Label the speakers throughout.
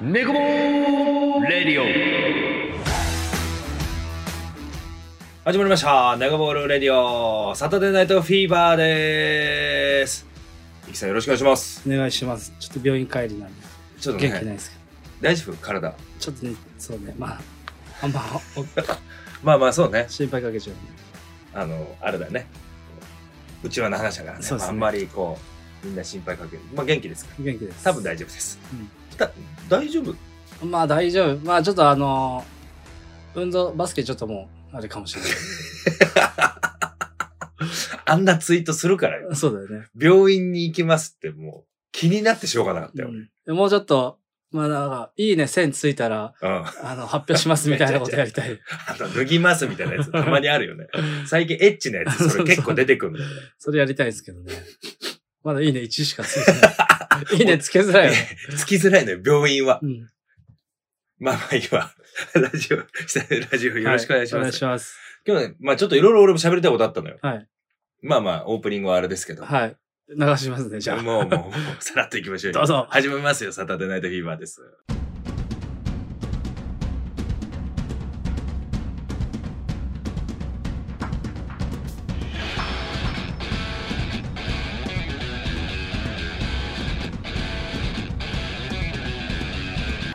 Speaker 1: ネコボーレディ
Speaker 2: 始まりました。ネガボールレディオ、サタデーナイトフィーバーでーす。いきさんよろしくお願いします。
Speaker 3: お願いします。ちょっと病院帰りなんで、
Speaker 2: ちょっと
Speaker 3: 元気ない
Speaker 2: ね、
Speaker 3: ですけど、
Speaker 2: 大丈夫体。
Speaker 3: ちょっとね、そうね、まあ、あんま
Speaker 2: まあまあそうね
Speaker 3: お、心配かけちゃう、ね。
Speaker 2: あの、あれだね。うちわの話だからね、
Speaker 3: そうですね
Speaker 2: あんまりこう、みんな心配かける。まあ元気ですから。
Speaker 3: 元気です。
Speaker 2: 多分大丈夫です。
Speaker 3: うん
Speaker 2: た大丈夫
Speaker 3: まあ大丈夫。まあちょっとあのー運動、バスケちょっともう、あれかもしれな
Speaker 2: あんなツイートするからよ
Speaker 3: い。 そうだよね。
Speaker 2: 病院に行きますってもう気になってしょうがなかったよ。うん。
Speaker 3: うん、もうちょっと、まあなんか、いいね、線ついたら、
Speaker 2: あ
Speaker 3: あの、発表しますみたいなことやりたい。
Speaker 2: と脱ぎますみたいなやつたまにある よね。最近エッチなやつ、それ結構出てくるんだよね。
Speaker 3: それやりたいですけどね。まだいいね1しかついて ない。いいねつけづらいよね。
Speaker 2: つきづらいのよ、病院は。
Speaker 3: うん
Speaker 2: まあま あいいわ。ラジオ、ラジオよろしくお願いし
Speaker 3: はお願
Speaker 2: ま
Speaker 3: い
Speaker 2: す。
Speaker 3: します。
Speaker 2: 今日ね、まあちょっといろいろ俺も喋りたいことあったのよ。
Speaker 3: はい。
Speaker 2: まあまあ、オープニングはあれですけど。
Speaker 3: はい。流しますね、じゃあ。
Speaker 2: もうもう、もうさらっと行きましょうよ
Speaker 3: どうぞ。
Speaker 2: 始めますよ、サタデーナイトフィーバーです。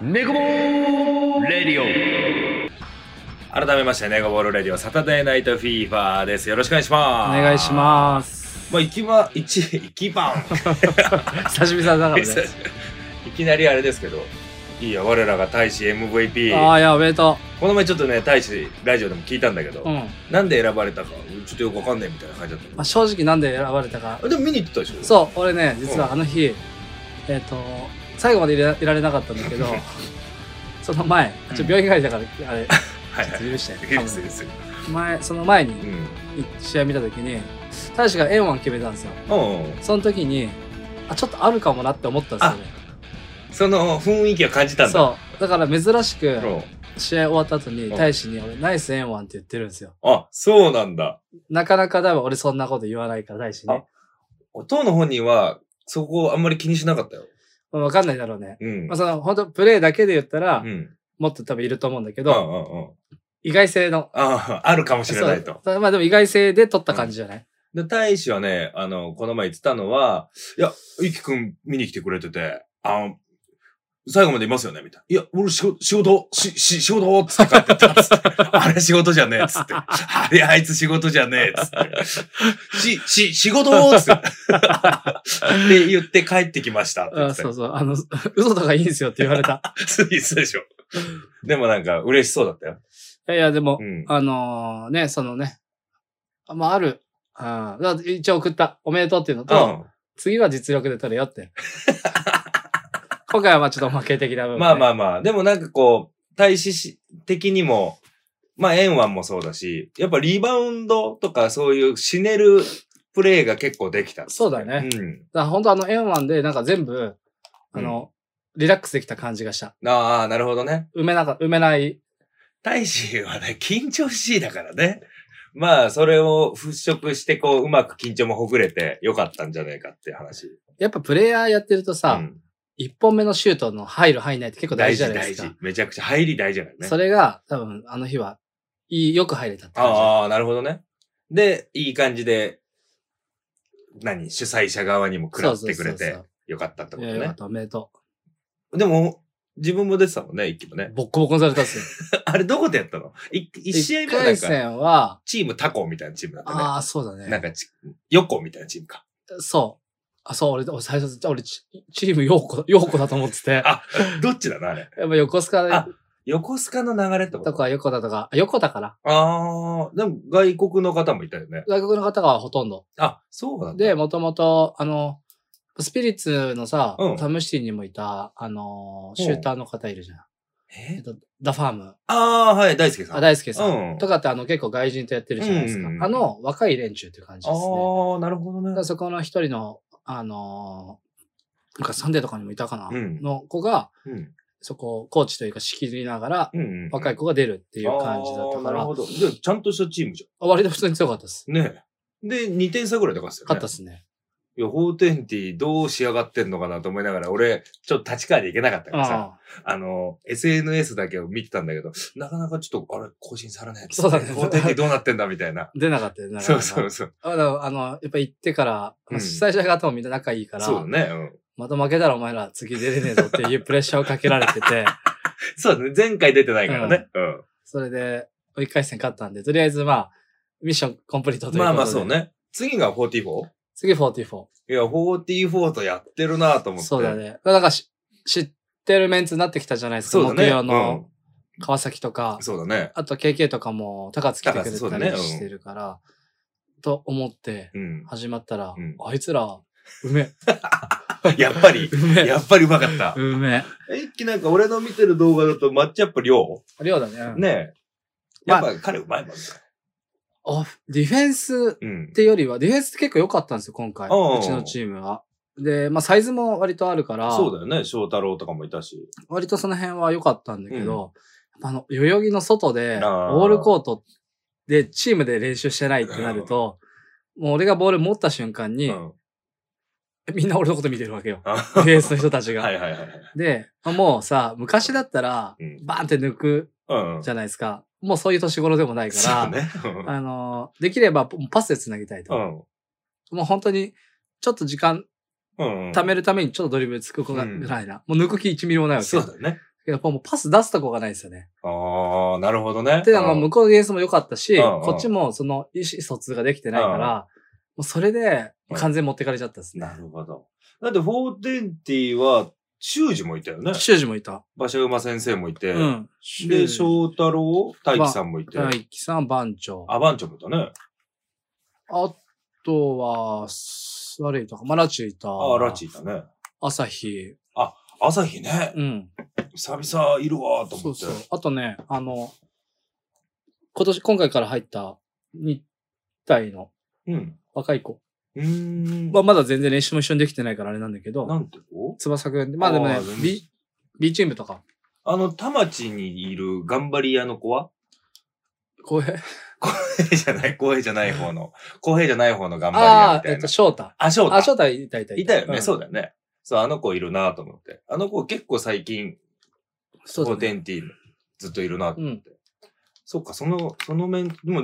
Speaker 1: オネコボーレディ
Speaker 2: 改めまして、ネガボールレディオ、サタデーナイトフィーバーです。よろしくお願いし
Speaker 3: お
Speaker 2: ます。
Speaker 3: 願いし
Speaker 2: す。
Speaker 3: ます。
Speaker 2: まあ、行きま、一、行きばん。
Speaker 3: 久しぶりだからね。
Speaker 2: いきなりあれですけど、いいよ、我らが大使
Speaker 3: あ
Speaker 2: MVP。
Speaker 3: あ、いや、おめでと
Speaker 2: この前ちょっとね、大使、ラジオでも聞いたんだけど、
Speaker 3: う。うん。ま
Speaker 2: なんで選ばれたか、ちょっとよくわかんないみたいな感じだった
Speaker 3: あ、正直なんで選ばれたか。
Speaker 2: あでも見に行ってたでしょう。
Speaker 3: そう、俺ね、実
Speaker 2: う
Speaker 3: はあの日、えっ、と、最後までいらいられなかったんだ けど、その前、ちょ病院帰りだから、あれ、
Speaker 2: はいはい。
Speaker 3: 許して
Speaker 2: いい
Speaker 3: 多
Speaker 2: ですいいで
Speaker 3: 分
Speaker 2: す
Speaker 3: 前、その前
Speaker 2: う
Speaker 3: に
Speaker 2: ん。
Speaker 3: 試合見た時に、大使が円ン決めたんですよ。
Speaker 2: うんうん。
Speaker 3: その時に、あ、ちょっとあるかもなって思ったんですよね。
Speaker 2: その雰囲気を感じたんだ。
Speaker 3: そう。だから珍しく、
Speaker 2: うん。
Speaker 3: 試合終わった後に
Speaker 2: うん
Speaker 3: 大使に俺ナイス円ンって言ってるんですよ。
Speaker 2: あ、そうなんだ。
Speaker 3: なかなか多分俺そんなこと言わないから大使ね。
Speaker 2: 当の本人は、そこをあんまり気にしなかったよ。
Speaker 3: まあわかんないだろうね。
Speaker 2: うん。
Speaker 3: まあその本当プレーだけで言ったら、
Speaker 2: うん。
Speaker 3: もっと多分いると思うんだけ
Speaker 2: うんう
Speaker 3: ど、
Speaker 2: んうん。
Speaker 3: 意外性の。
Speaker 2: ああ、あるかもしれないと。
Speaker 3: そうまあでも意外性で取った感じじゃない、
Speaker 2: で、大使はね、あの、この前言ってたのは、いや、ゆきくん見に来てくれてて、あの、最後までいますよねみたいな。いや、俺仕事、仕事、し、し、仕事つって帰ってったっつって。あれ仕事じゃねえっつって。あれあいつ仕事じゃねえっつって。し、し、仕事っつって。って言って帰ってきましたって言
Speaker 3: あ
Speaker 2: ってた
Speaker 3: そうそう。あの、 嘘とかいいんですよって言われた。
Speaker 2: スイスでしょ。でもなんか嬉しそうだったよ。
Speaker 3: いやいや、でも、
Speaker 2: うん。
Speaker 3: あのーね、そのね、あまあある。あだから一応送った。おめでとうっていうのと、次は実力で取れよ って。今回はまあちょっと負け的な部
Speaker 2: う
Speaker 3: 分、
Speaker 2: ん。まあま
Speaker 3: あ。
Speaker 2: あまあ。でもなんかこう、対し的にも、まあ円腕もそうだし、やっぱリバウンドとかそういう死ねるプレーが結構できた。
Speaker 3: そうだね。
Speaker 2: うん。
Speaker 3: だから本当あの、円ンでなんか全部、あの、リラックスできた感じがした。
Speaker 2: ああ、なるほどね。
Speaker 3: 埋めなか、埋めない
Speaker 2: 大使はね、緊張しいだからね。まあ、それを払拭して、こう、うまく緊張もほぐれてよかったんじゃねえかっていう話。
Speaker 3: やっぱプレイヤーやってると
Speaker 2: う
Speaker 3: さ、
Speaker 2: ん
Speaker 3: 一、本目のシュートの入る入んないって結構大
Speaker 2: 大
Speaker 3: 事じゃ
Speaker 2: 事
Speaker 3: ないで
Speaker 2: 大
Speaker 3: すか。
Speaker 2: 事。めちゃくちゃ入り大事だからね。
Speaker 3: それが多分あの日は、いい、よく入れたって感じ。
Speaker 2: ああ、なるほどね。で、いい感じで、何主催者側にも食らってくれ
Speaker 3: そう
Speaker 2: て
Speaker 3: そう、
Speaker 2: よかったって
Speaker 3: そ
Speaker 2: こ
Speaker 3: うい
Speaker 2: と
Speaker 3: や、よかっ
Speaker 2: ね。
Speaker 3: た、おめでと
Speaker 2: でも、自分も出てたもんね、一気も
Speaker 3: う。
Speaker 2: ね。
Speaker 3: ボッコボコにされたっすよ。
Speaker 2: あれ、どこでやったのい一試合目はなん
Speaker 3: 回
Speaker 2: か、
Speaker 3: 戦は、
Speaker 2: チームタコみたいなチームだったね。
Speaker 3: ああ、そうだ
Speaker 2: なん
Speaker 3: ね。
Speaker 2: かち、横みたいなチームか。
Speaker 3: そう。あ、そう、俺、俺最初、俺チ、チームヨーコ、ヨーコだと思ってて。
Speaker 2: あ、どっちだな、あれ。
Speaker 3: やっぱ横須賀
Speaker 2: あ横須賀の流れってこと
Speaker 3: とか横田とか、あ横田から。
Speaker 2: ああ、でも外国の方もいたよね。
Speaker 3: 外国の方がほとんど。
Speaker 2: あ、そうなんだ。
Speaker 3: で、もともと、あの、スピリッツのさ、
Speaker 2: うん
Speaker 3: タムシティにもいた、あの、シューターの方いるじゃん。え
Speaker 2: え
Speaker 3: っと、ダファーム、
Speaker 2: ああ、はい、大輔さん。
Speaker 3: あ大輔さん、
Speaker 2: うん
Speaker 3: とかってあの結構外人とやってるじゃないですか。
Speaker 2: うんうんうん
Speaker 3: あの若い連中っていう感じですね。
Speaker 2: ああ、なるほど
Speaker 3: だ
Speaker 2: ね
Speaker 3: から。そこの一人の、あのーなんかサンデーとかにもいたかな、
Speaker 2: うん
Speaker 3: の子が、
Speaker 2: うん。
Speaker 3: そこをコーチというか仕切りながら、
Speaker 2: うんうんうん。
Speaker 3: 若い
Speaker 2: っ
Speaker 3: 子が出るっていう感じだったか
Speaker 2: なる
Speaker 3: ら、
Speaker 2: ほど。で、ちゃんとしたチームじゃん。
Speaker 3: 割と普通に強かったです。
Speaker 2: ねえ。で、2点差ぐらいで勝つよね。
Speaker 3: 勝ったっすね。
Speaker 2: いや、420どう仕上がってんのかなと思いながら、俺、ちょっと立川で行けなかったからさ、
Speaker 3: あ
Speaker 2: あの、SNS だけを見てたんだけど、なかなかちょっと、あれ、更新されない。
Speaker 3: そうだね
Speaker 2: 420どうなってんだみたいな。
Speaker 3: 出 なかったよね。
Speaker 2: そうそうそう。
Speaker 3: あだからあの、やっぱ行ってから、
Speaker 2: うん
Speaker 3: 主催者方もみんな仲いいから、
Speaker 2: そうだね。うん。
Speaker 3: また負けたらお前ら次出れねえぞっていうプレッシャーをかけられてて、
Speaker 2: そうだね。前回出てないからね。うん。
Speaker 3: それで、1回戦勝ったんで、とりあえずまあ、ミッションコンプリートということで。
Speaker 2: まあまあそう。ね。次が 44?
Speaker 3: 次44。
Speaker 2: いや、44とやってるなと思って。
Speaker 3: そうだ。ね。なんかし知ってるメンツになってきたじゃないですか。
Speaker 2: そうだ
Speaker 3: 木
Speaker 2: ね。
Speaker 3: 曜の川崎とか
Speaker 2: うん、そうだね。
Speaker 3: あと KK とかも高津来て
Speaker 2: 高
Speaker 3: く
Speaker 2: 津そ
Speaker 3: れ
Speaker 2: う
Speaker 3: た
Speaker 2: だねう
Speaker 3: り
Speaker 2: ん
Speaker 3: してるから、と思って
Speaker 2: うん。
Speaker 3: 始まったら、
Speaker 2: うん
Speaker 3: あいつら、うめ
Speaker 2: やっぱり
Speaker 3: え、、 うめえ
Speaker 2: や、っぱりうまかった。
Speaker 3: うめえ。
Speaker 2: 一気なんか俺の見てる動画だとマッチアップ量
Speaker 3: りょうだね。うん
Speaker 2: ねえ。
Speaker 3: ま
Speaker 2: やっ
Speaker 3: あ
Speaker 2: ぱ彼うまいもんね。
Speaker 3: あディフェンスっ
Speaker 2: うん。
Speaker 3: てよりは、ディフェンス結構良かったんですよ、今回。
Speaker 2: おう
Speaker 3: うちのチームは。で、まあサイズも割とあるから、
Speaker 2: そうだよね。翔太郎とかもいたし。
Speaker 3: 割とその辺は良かったんだけど、あの、代々木の外で、
Speaker 2: あー
Speaker 3: ボールコートでチームで練習してないってなると、もう俺がボール持った瞬間
Speaker 2: う
Speaker 3: に、
Speaker 2: ん。
Speaker 3: みんな俺のこと見てるわけよ。
Speaker 2: あ
Speaker 3: ディフェンスの人たち が。
Speaker 2: はいはいはいはい。
Speaker 3: で、もうさ、昔だったら
Speaker 2: う、ん。
Speaker 3: バーンって抜く
Speaker 2: うん。
Speaker 3: じゃないですか。もうそういう年頃でもないか
Speaker 2: そ
Speaker 3: ら、
Speaker 2: うね。うん
Speaker 3: あの、できればパスで繋ぎたいと。もう本当に、ちょっと時間
Speaker 2: うん。うん。
Speaker 3: 貯めるためにちょっとドリブルつく子が
Speaker 2: うん
Speaker 3: ぐらいな。もう抜く気1ミリもないわけ。
Speaker 2: そうだね。
Speaker 3: やっぱもうパス出すとこがないですよね。
Speaker 2: ああ、なるほどね。
Speaker 3: っていうのはまあ
Speaker 2: うん
Speaker 3: 向こうのディフェンスも良かったし、
Speaker 2: うんうん
Speaker 3: こっちもその意思疎通ができてないか
Speaker 2: う
Speaker 3: ら、
Speaker 2: ん
Speaker 3: もうそれで
Speaker 2: うん
Speaker 3: 完全に持ってかれちゃったですね
Speaker 2: な。るほど。だって420は、修二もいたよね。
Speaker 3: 修二もいた。
Speaker 2: 馬車馬先生もいて。
Speaker 3: うん。
Speaker 2: で、翔太郎、大輝さんもいて。
Speaker 3: 大輝さん、番長。あ
Speaker 2: アバンチョもいたね。
Speaker 3: とは、スワレイとか、マラチュいた。
Speaker 2: ああ、ラチ。いたね。
Speaker 3: 朝日。
Speaker 2: 朝日ね、
Speaker 3: うん。
Speaker 2: 久々いるわーと
Speaker 3: そ
Speaker 2: 思
Speaker 3: う
Speaker 2: って。
Speaker 3: そう。あとね、あの、今年、今回から入った2体の
Speaker 2: うん。
Speaker 3: 若い子。
Speaker 2: うーん。
Speaker 3: まあ、まだ全然練習も一緒にできてないからあれなんだけど、
Speaker 2: なんてこ
Speaker 3: 翼くんで。まあでもね
Speaker 2: あー全、然
Speaker 3: B、B チームとか、
Speaker 2: あの、田町にいる頑張り屋の子は
Speaker 3: こういう
Speaker 2: じゃない、公平じゃない方 の。公平じゃない方の頑張り屋
Speaker 3: あ
Speaker 2: み
Speaker 3: あ、
Speaker 2: た
Speaker 3: えっ
Speaker 2: いな
Speaker 3: と、。翔太。
Speaker 2: あ、翔
Speaker 3: あ、翔
Speaker 2: 太。
Speaker 3: 太いたいた
Speaker 2: いたよね、
Speaker 3: うん
Speaker 2: そうだよね。そう、あの子いるなーと思って。あの子結構最近、
Speaker 3: そうだ
Speaker 2: 5
Speaker 3: ね
Speaker 2: 点ティームずっといるなと
Speaker 3: う
Speaker 2: 思っ
Speaker 3: ん
Speaker 2: て。そっか、その、その面、でも、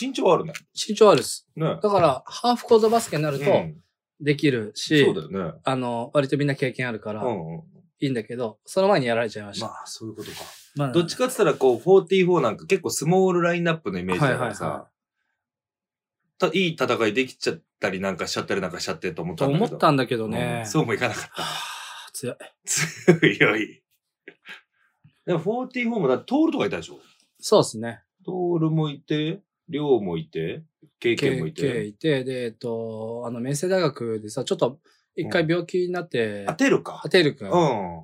Speaker 2: 身長あるね。
Speaker 3: 身長あるっす。
Speaker 2: ね。
Speaker 3: だから、ハーフコートバスケになる
Speaker 2: う
Speaker 3: と
Speaker 2: ん
Speaker 3: できるし、
Speaker 2: そうだよね。
Speaker 3: あの、割とみんな経験あるから、
Speaker 2: う
Speaker 3: い
Speaker 2: んうん。
Speaker 3: いんだけど、その前にやられちゃいました。
Speaker 2: まあ、そういうことか。
Speaker 3: まあ
Speaker 2: どっちかって言ったら、こう、44なんか結構スモールラインナップのイメージだから
Speaker 3: はいはい
Speaker 2: さ、たいい戦いできちゃったりなんかしちゃったりなんかしちゃってと思った
Speaker 3: と
Speaker 2: んだけど。
Speaker 3: 思ったんだけどね。
Speaker 2: うんそうもいかなかっ
Speaker 3: はぁ強い。
Speaker 2: た。強い。でも44もだ、トールとかいたでしょ
Speaker 3: そうですね。
Speaker 2: トールもいて、りょうもいて、経験もい
Speaker 3: KK
Speaker 2: て。
Speaker 3: いて、で、えっと、あの、明星大学でさ、ちょっと、一回病気になって、
Speaker 2: あ、てるか
Speaker 3: あ。てるくん。
Speaker 2: うん。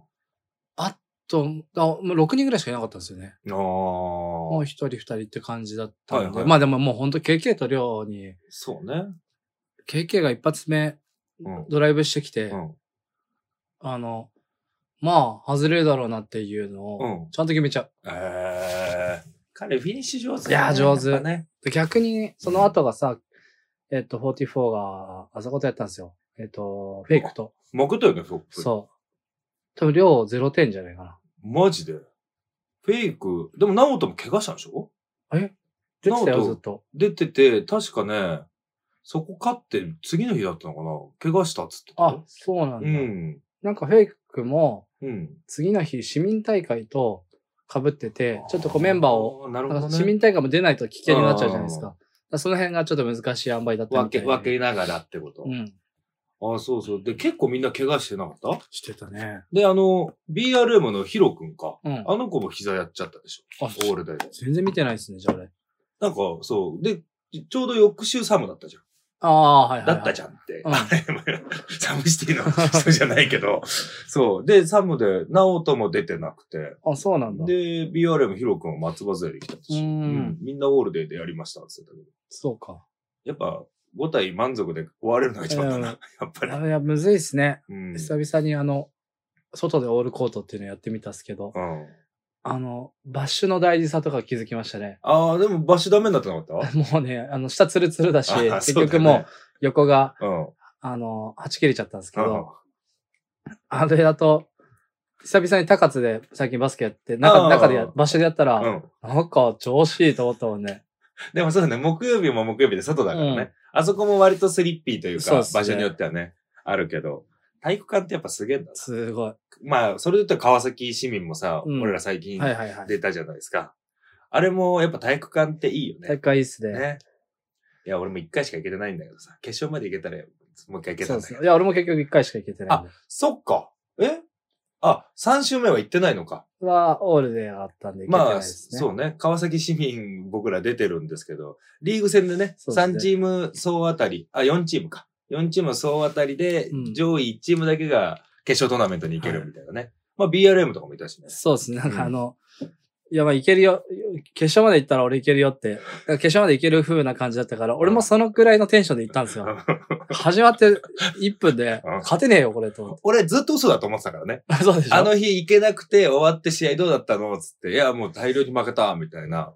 Speaker 3: あ
Speaker 2: あ
Speaker 3: と、あもう6人ぐらいしかいなかったんですよね。もう
Speaker 2: あ。
Speaker 3: 一人二人って感じだった
Speaker 2: は
Speaker 3: ん
Speaker 2: い
Speaker 3: で。
Speaker 2: はい
Speaker 3: まあでももう本当 KK と寮に、
Speaker 2: そうね。
Speaker 3: KK が一発目
Speaker 2: うん。
Speaker 3: ドライブしてきて、
Speaker 2: うん。
Speaker 3: あの、まあ、外れるだろうなっていうの
Speaker 2: う
Speaker 3: を、
Speaker 2: ん。
Speaker 3: ちゃんと決めちゃう。
Speaker 2: えー。彼フィニッシュ上手だね
Speaker 3: いやー上手
Speaker 2: やっぱね。
Speaker 3: で逆に、その後がさ、えっと、44が、あそことやったんですよ。えっと、フェイクと。
Speaker 2: 負けたよね、トップ。
Speaker 3: そう。多分、量0点じゃないかな。
Speaker 2: マジで。フェイク。でも、直人も怪我したんでしょ
Speaker 3: 出てたよ、
Speaker 2: なおと
Speaker 3: ずっと。
Speaker 2: 出てて、確かね、そこ勝って次の日だったのかな怪我したっつってた
Speaker 3: あ
Speaker 2: よ。、
Speaker 3: そうなんだ。
Speaker 2: うん。
Speaker 3: なんか、フェイクも、
Speaker 2: うん。
Speaker 3: 次の日、市民大会と被ってて、ちょっとこうメンバーを、
Speaker 2: あ。なるほ
Speaker 3: なん
Speaker 2: ど
Speaker 3: か
Speaker 2: ね。
Speaker 3: 市民大会も出ないと危険になっちゃうじゃないですか。
Speaker 2: あ
Speaker 3: だからその辺がちょっと難しい塩梅だったみた
Speaker 2: 分
Speaker 3: い
Speaker 2: け、
Speaker 3: で
Speaker 2: 分けながらってこと。
Speaker 3: うん。
Speaker 2: あ、そうそう。で、結構みんな怪我してなかった
Speaker 3: してたね。
Speaker 2: で、あの、BRM のヒロ君か。
Speaker 3: うん。
Speaker 2: あの子も膝やっちゃったでしょ。
Speaker 3: あ
Speaker 2: オールデイで。
Speaker 3: 全然見てないですね、じゃああれ。
Speaker 2: なんか、そう。で、ちょうど翌週サムだったじゃん。
Speaker 3: ああ、はいはい、
Speaker 2: だ
Speaker 3: はい。
Speaker 2: ったじゃんって。
Speaker 3: うん
Speaker 2: あれ サムシティの人じゃないけ ど。そう。で、サムで、ナオトも出てなくて。
Speaker 3: あ、そうなんだ。
Speaker 2: で、BRM ヒロ君は松葉杖で来たし、
Speaker 3: う
Speaker 2: うんんみんなオールデーでやりましたって言ってたけど。
Speaker 3: そうか。
Speaker 2: やっぱ、5体満足で終われるのが一番だな、
Speaker 3: う
Speaker 2: やっぱり。
Speaker 3: いや、むずいですね。
Speaker 2: うん。
Speaker 3: 久々にあの、外でオールコートっていうのやってみたっすけど、
Speaker 2: うん、
Speaker 3: あの、バッシュの大事さとか気づきましたね。
Speaker 2: ああ、で もバッシュダメになってなかった
Speaker 3: もうね、あの、下ツルツルだし、
Speaker 2: あー
Speaker 3: 結
Speaker 2: そうだよ
Speaker 3: 局
Speaker 2: ね
Speaker 3: もう横が
Speaker 2: うん。
Speaker 3: あの、はち切れちゃったんですけ
Speaker 2: うん
Speaker 3: ど、あれだと、久々に高津で最近バスケやって、中
Speaker 2: うん
Speaker 3: 中でや、場所でやったら、
Speaker 2: うん。
Speaker 3: なんか調子いいと思ったもんね。
Speaker 2: でもそうだね、木曜日も木曜日で外だからね。
Speaker 3: うん
Speaker 2: あそこも割とスリッピーというか、
Speaker 3: そうっすね
Speaker 2: 場所によってはね、あるけど、体育館ってやっぱすげえんだ。
Speaker 3: すごい。
Speaker 2: まあ、それで言ったら川崎市民もさ、
Speaker 3: うん
Speaker 2: 俺ら最近
Speaker 3: はいはいはい。
Speaker 2: 出たじゃないですか。あれもやっぱ体育館っていいよね。
Speaker 3: 大会いいっすね。
Speaker 2: ね。いや、俺も一回しか行けてないんだけどさ、決勝まで行けたら、もう一回行け
Speaker 3: そ
Speaker 2: た
Speaker 3: う
Speaker 2: だ
Speaker 3: んです
Speaker 2: け
Speaker 3: ね
Speaker 2: ど。
Speaker 3: いや、俺も結局一回しか行けてないんで。
Speaker 2: そっか。えあ、3週目は行ってないのか。
Speaker 3: は、オールであったんで行けてな
Speaker 2: まあ、
Speaker 3: いですね。
Speaker 2: そうね。川崎市民、僕ら出てるんですけど、リーグ戦でね、
Speaker 3: そうですね
Speaker 2: 3チーム総当たり、あ、4チームか。4チーム総当たりで
Speaker 3: う、ん
Speaker 2: 上位1チームだけが決勝トーナメントに行ける
Speaker 3: はい
Speaker 2: みたいなね。まあ、BRM とかもいた しね。
Speaker 3: そうですね。なん
Speaker 2: うん
Speaker 3: かあの、いや、まあ、いけるよ。決勝まで行ったら俺いけるよって。決勝まで行ける風な感じだったから、俺もそのくらいのテンションで行ったんですよ。始まって1分で
Speaker 2: うん、
Speaker 3: 勝てねえよ、これ と思っ
Speaker 2: 俺ずっと嘘だと思ってたからね。
Speaker 3: て。そうでしょ
Speaker 2: あの日行けなくて終わって試合どうだったのつって、いや、もう大量に負けた、みたいな。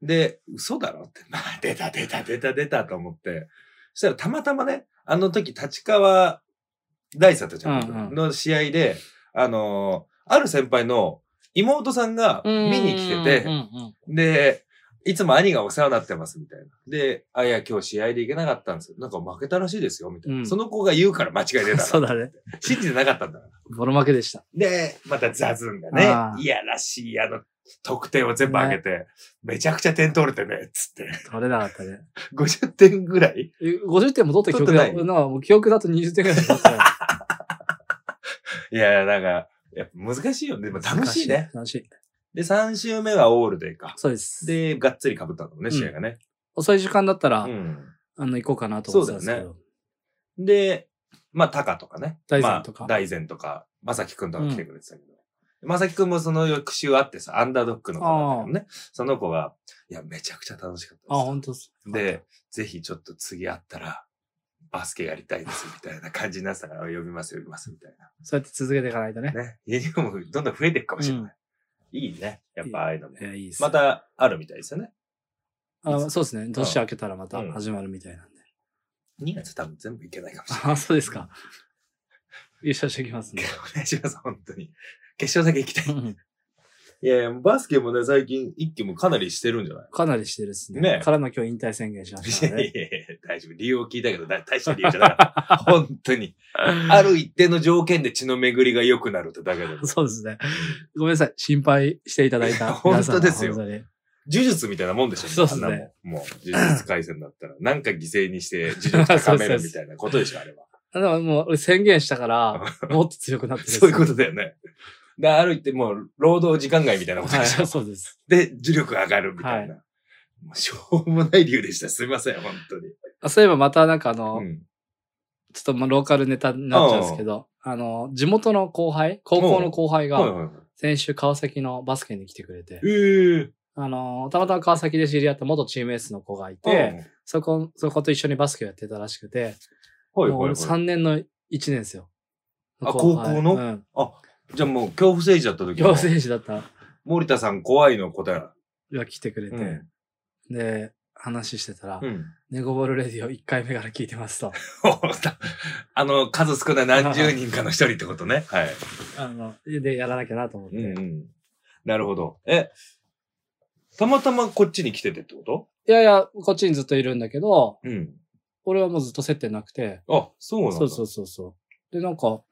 Speaker 2: で、嘘だろって、 まあ、出た、出た、出た、出たと思って。そしたらたまたまね、あの時、立川大佐たちゃん
Speaker 3: うんうん
Speaker 2: の試合で、あのーある先輩の妹さんが見に来てて、
Speaker 3: うんうん
Speaker 2: で、いつも兄がお世話になってます、みたいな。で、あ、いや、今日試合で行けなかったんですよ。なんか負けたらしいですよ、みたいな。
Speaker 3: うん
Speaker 2: その子が言うから間違い出
Speaker 3: うん。
Speaker 2: た。
Speaker 3: そうだね。
Speaker 2: 信じてなかったんだ。
Speaker 3: ボロ負けでした。
Speaker 2: で、またザズンが
Speaker 3: あ
Speaker 2: ね、
Speaker 3: ー
Speaker 2: いやらしい、あの、得点を全部上げて、めちゃくちゃ点取れてね、つって、
Speaker 3: 取れなかったね。
Speaker 2: 50点ぐらい
Speaker 3: え50点も取った記憶
Speaker 2: 取っ
Speaker 3: だ。
Speaker 2: てない
Speaker 3: なんかもう記憶だと20点ぐらいだったよ。
Speaker 2: いや、なんか、やっぱ難しいよね。でも 楽しいね。。
Speaker 3: 楽しい。
Speaker 2: で、3週目はオールデーか。
Speaker 3: そうです。で、
Speaker 2: で、がっつり被ったのね、試合がね。
Speaker 3: 遅い時間だったら、
Speaker 2: うん。
Speaker 3: あの、行こうかなと思ってたんですけ
Speaker 2: そ
Speaker 3: ど。
Speaker 2: で、まあ、タカとかね。
Speaker 3: 大然とか
Speaker 2: まあ、大然とか、まさきくんとか来てくれてたけど。まさきくんもその翌週会ってさ、アンダードックの子なんだけどね。その子が、いや、めちゃくちゃ楽しかったです。
Speaker 3: あ、本当です。
Speaker 2: で、ぜひちょっと次会ったら、バスケやりたいですみたいな感じになってたから、 呼びます呼びますみたい
Speaker 3: そうやって続けていかないとね。
Speaker 2: な。ね。ユニフォームどんどん増えていくかもしれない。いいね。やっぱああいうのも。
Speaker 3: いや、いいです。
Speaker 2: またあるみたいですよね。
Speaker 3: あそうですね。年明けたらまた
Speaker 2: うん
Speaker 3: 始まるみたいなんで。
Speaker 2: 2月多分全部いけないかもしれない。
Speaker 3: あ、そうですか。優勝してきますね。
Speaker 2: お願いします、本当に。決勝だけ行きた
Speaker 3: う
Speaker 2: い。
Speaker 3: ん
Speaker 2: いやいや、バスケもね、最近一気もかなりしてるんじゃない
Speaker 3: かなりしてるですね。
Speaker 2: ね
Speaker 3: からの今日引退宣言しました
Speaker 2: い
Speaker 3: か
Speaker 2: や
Speaker 3: らね
Speaker 2: い。やいや、大丈夫。理由を聞いたけど、だ大した理由じゃなかった。 本当に。ある一定の条件で血の巡りが良くなるってだけだから
Speaker 3: そうですね。ごめんなさい。心配していただいた。
Speaker 2: 本当ですよ
Speaker 3: 皆様本当に
Speaker 2: 呪術みたいなもんでしょ
Speaker 3: そうっすね
Speaker 2: あんなもんもう、呪術回戦だ ったら、なんか犠牲にして呪術高めるみたいなことでしょ、あ れは。
Speaker 3: あでももう俺宣言したから、もっと強くなってる
Speaker 2: そういうことだよね。で、ある一定、もう、労働時間外みたいなこと
Speaker 3: は
Speaker 2: でしょ。
Speaker 3: い、そうです。
Speaker 2: で、呪力上がるみたいな。もうしょうもない理由でした。すみません、本当に。
Speaker 3: あそういえばまたなんかあの、
Speaker 2: うん
Speaker 3: ちょっとまあローカルネタになっちゃうんですけど、あの、地元の後輩、高校の後輩
Speaker 2: はい
Speaker 3: が、
Speaker 2: はいはい。
Speaker 3: 先週川崎のバスケに来てくれて
Speaker 2: え、ー
Speaker 3: あの、たまたま川崎で知り合った元チームエースの子がいて、そこ、そこと一緒にバスケをやってたらしくて、
Speaker 2: うんはい
Speaker 3: もう
Speaker 2: はい
Speaker 3: 俺
Speaker 2: は
Speaker 3: 3
Speaker 2: い。
Speaker 3: 年の1年ですよ。
Speaker 2: あ
Speaker 3: 後
Speaker 2: 高
Speaker 3: 輩
Speaker 2: 校の
Speaker 3: うん。
Speaker 2: じゃあもう、恐怖政治だった時
Speaker 3: 行
Speaker 2: も、
Speaker 3: 政士だった
Speaker 2: 森田さん怖いの答え。
Speaker 3: が来てくれて、
Speaker 2: うん
Speaker 3: で、話してたら、
Speaker 2: うん。
Speaker 3: ネゴボールレディオ1回目から聞いてますと。
Speaker 2: あの、数少ない何十人かの一人ってことね。はい。
Speaker 3: あの、で、やらなきゃなと思って。
Speaker 2: うんう
Speaker 3: い
Speaker 2: ん。なるほど。え、たまたまこっちに来ててってこと
Speaker 3: やいや、こっちにずっといるんだけど、
Speaker 2: うん。
Speaker 3: 俺はもうずっと接点なくて、
Speaker 2: あ、そうなんだ。
Speaker 3: そうそうそうそう。で、なんか、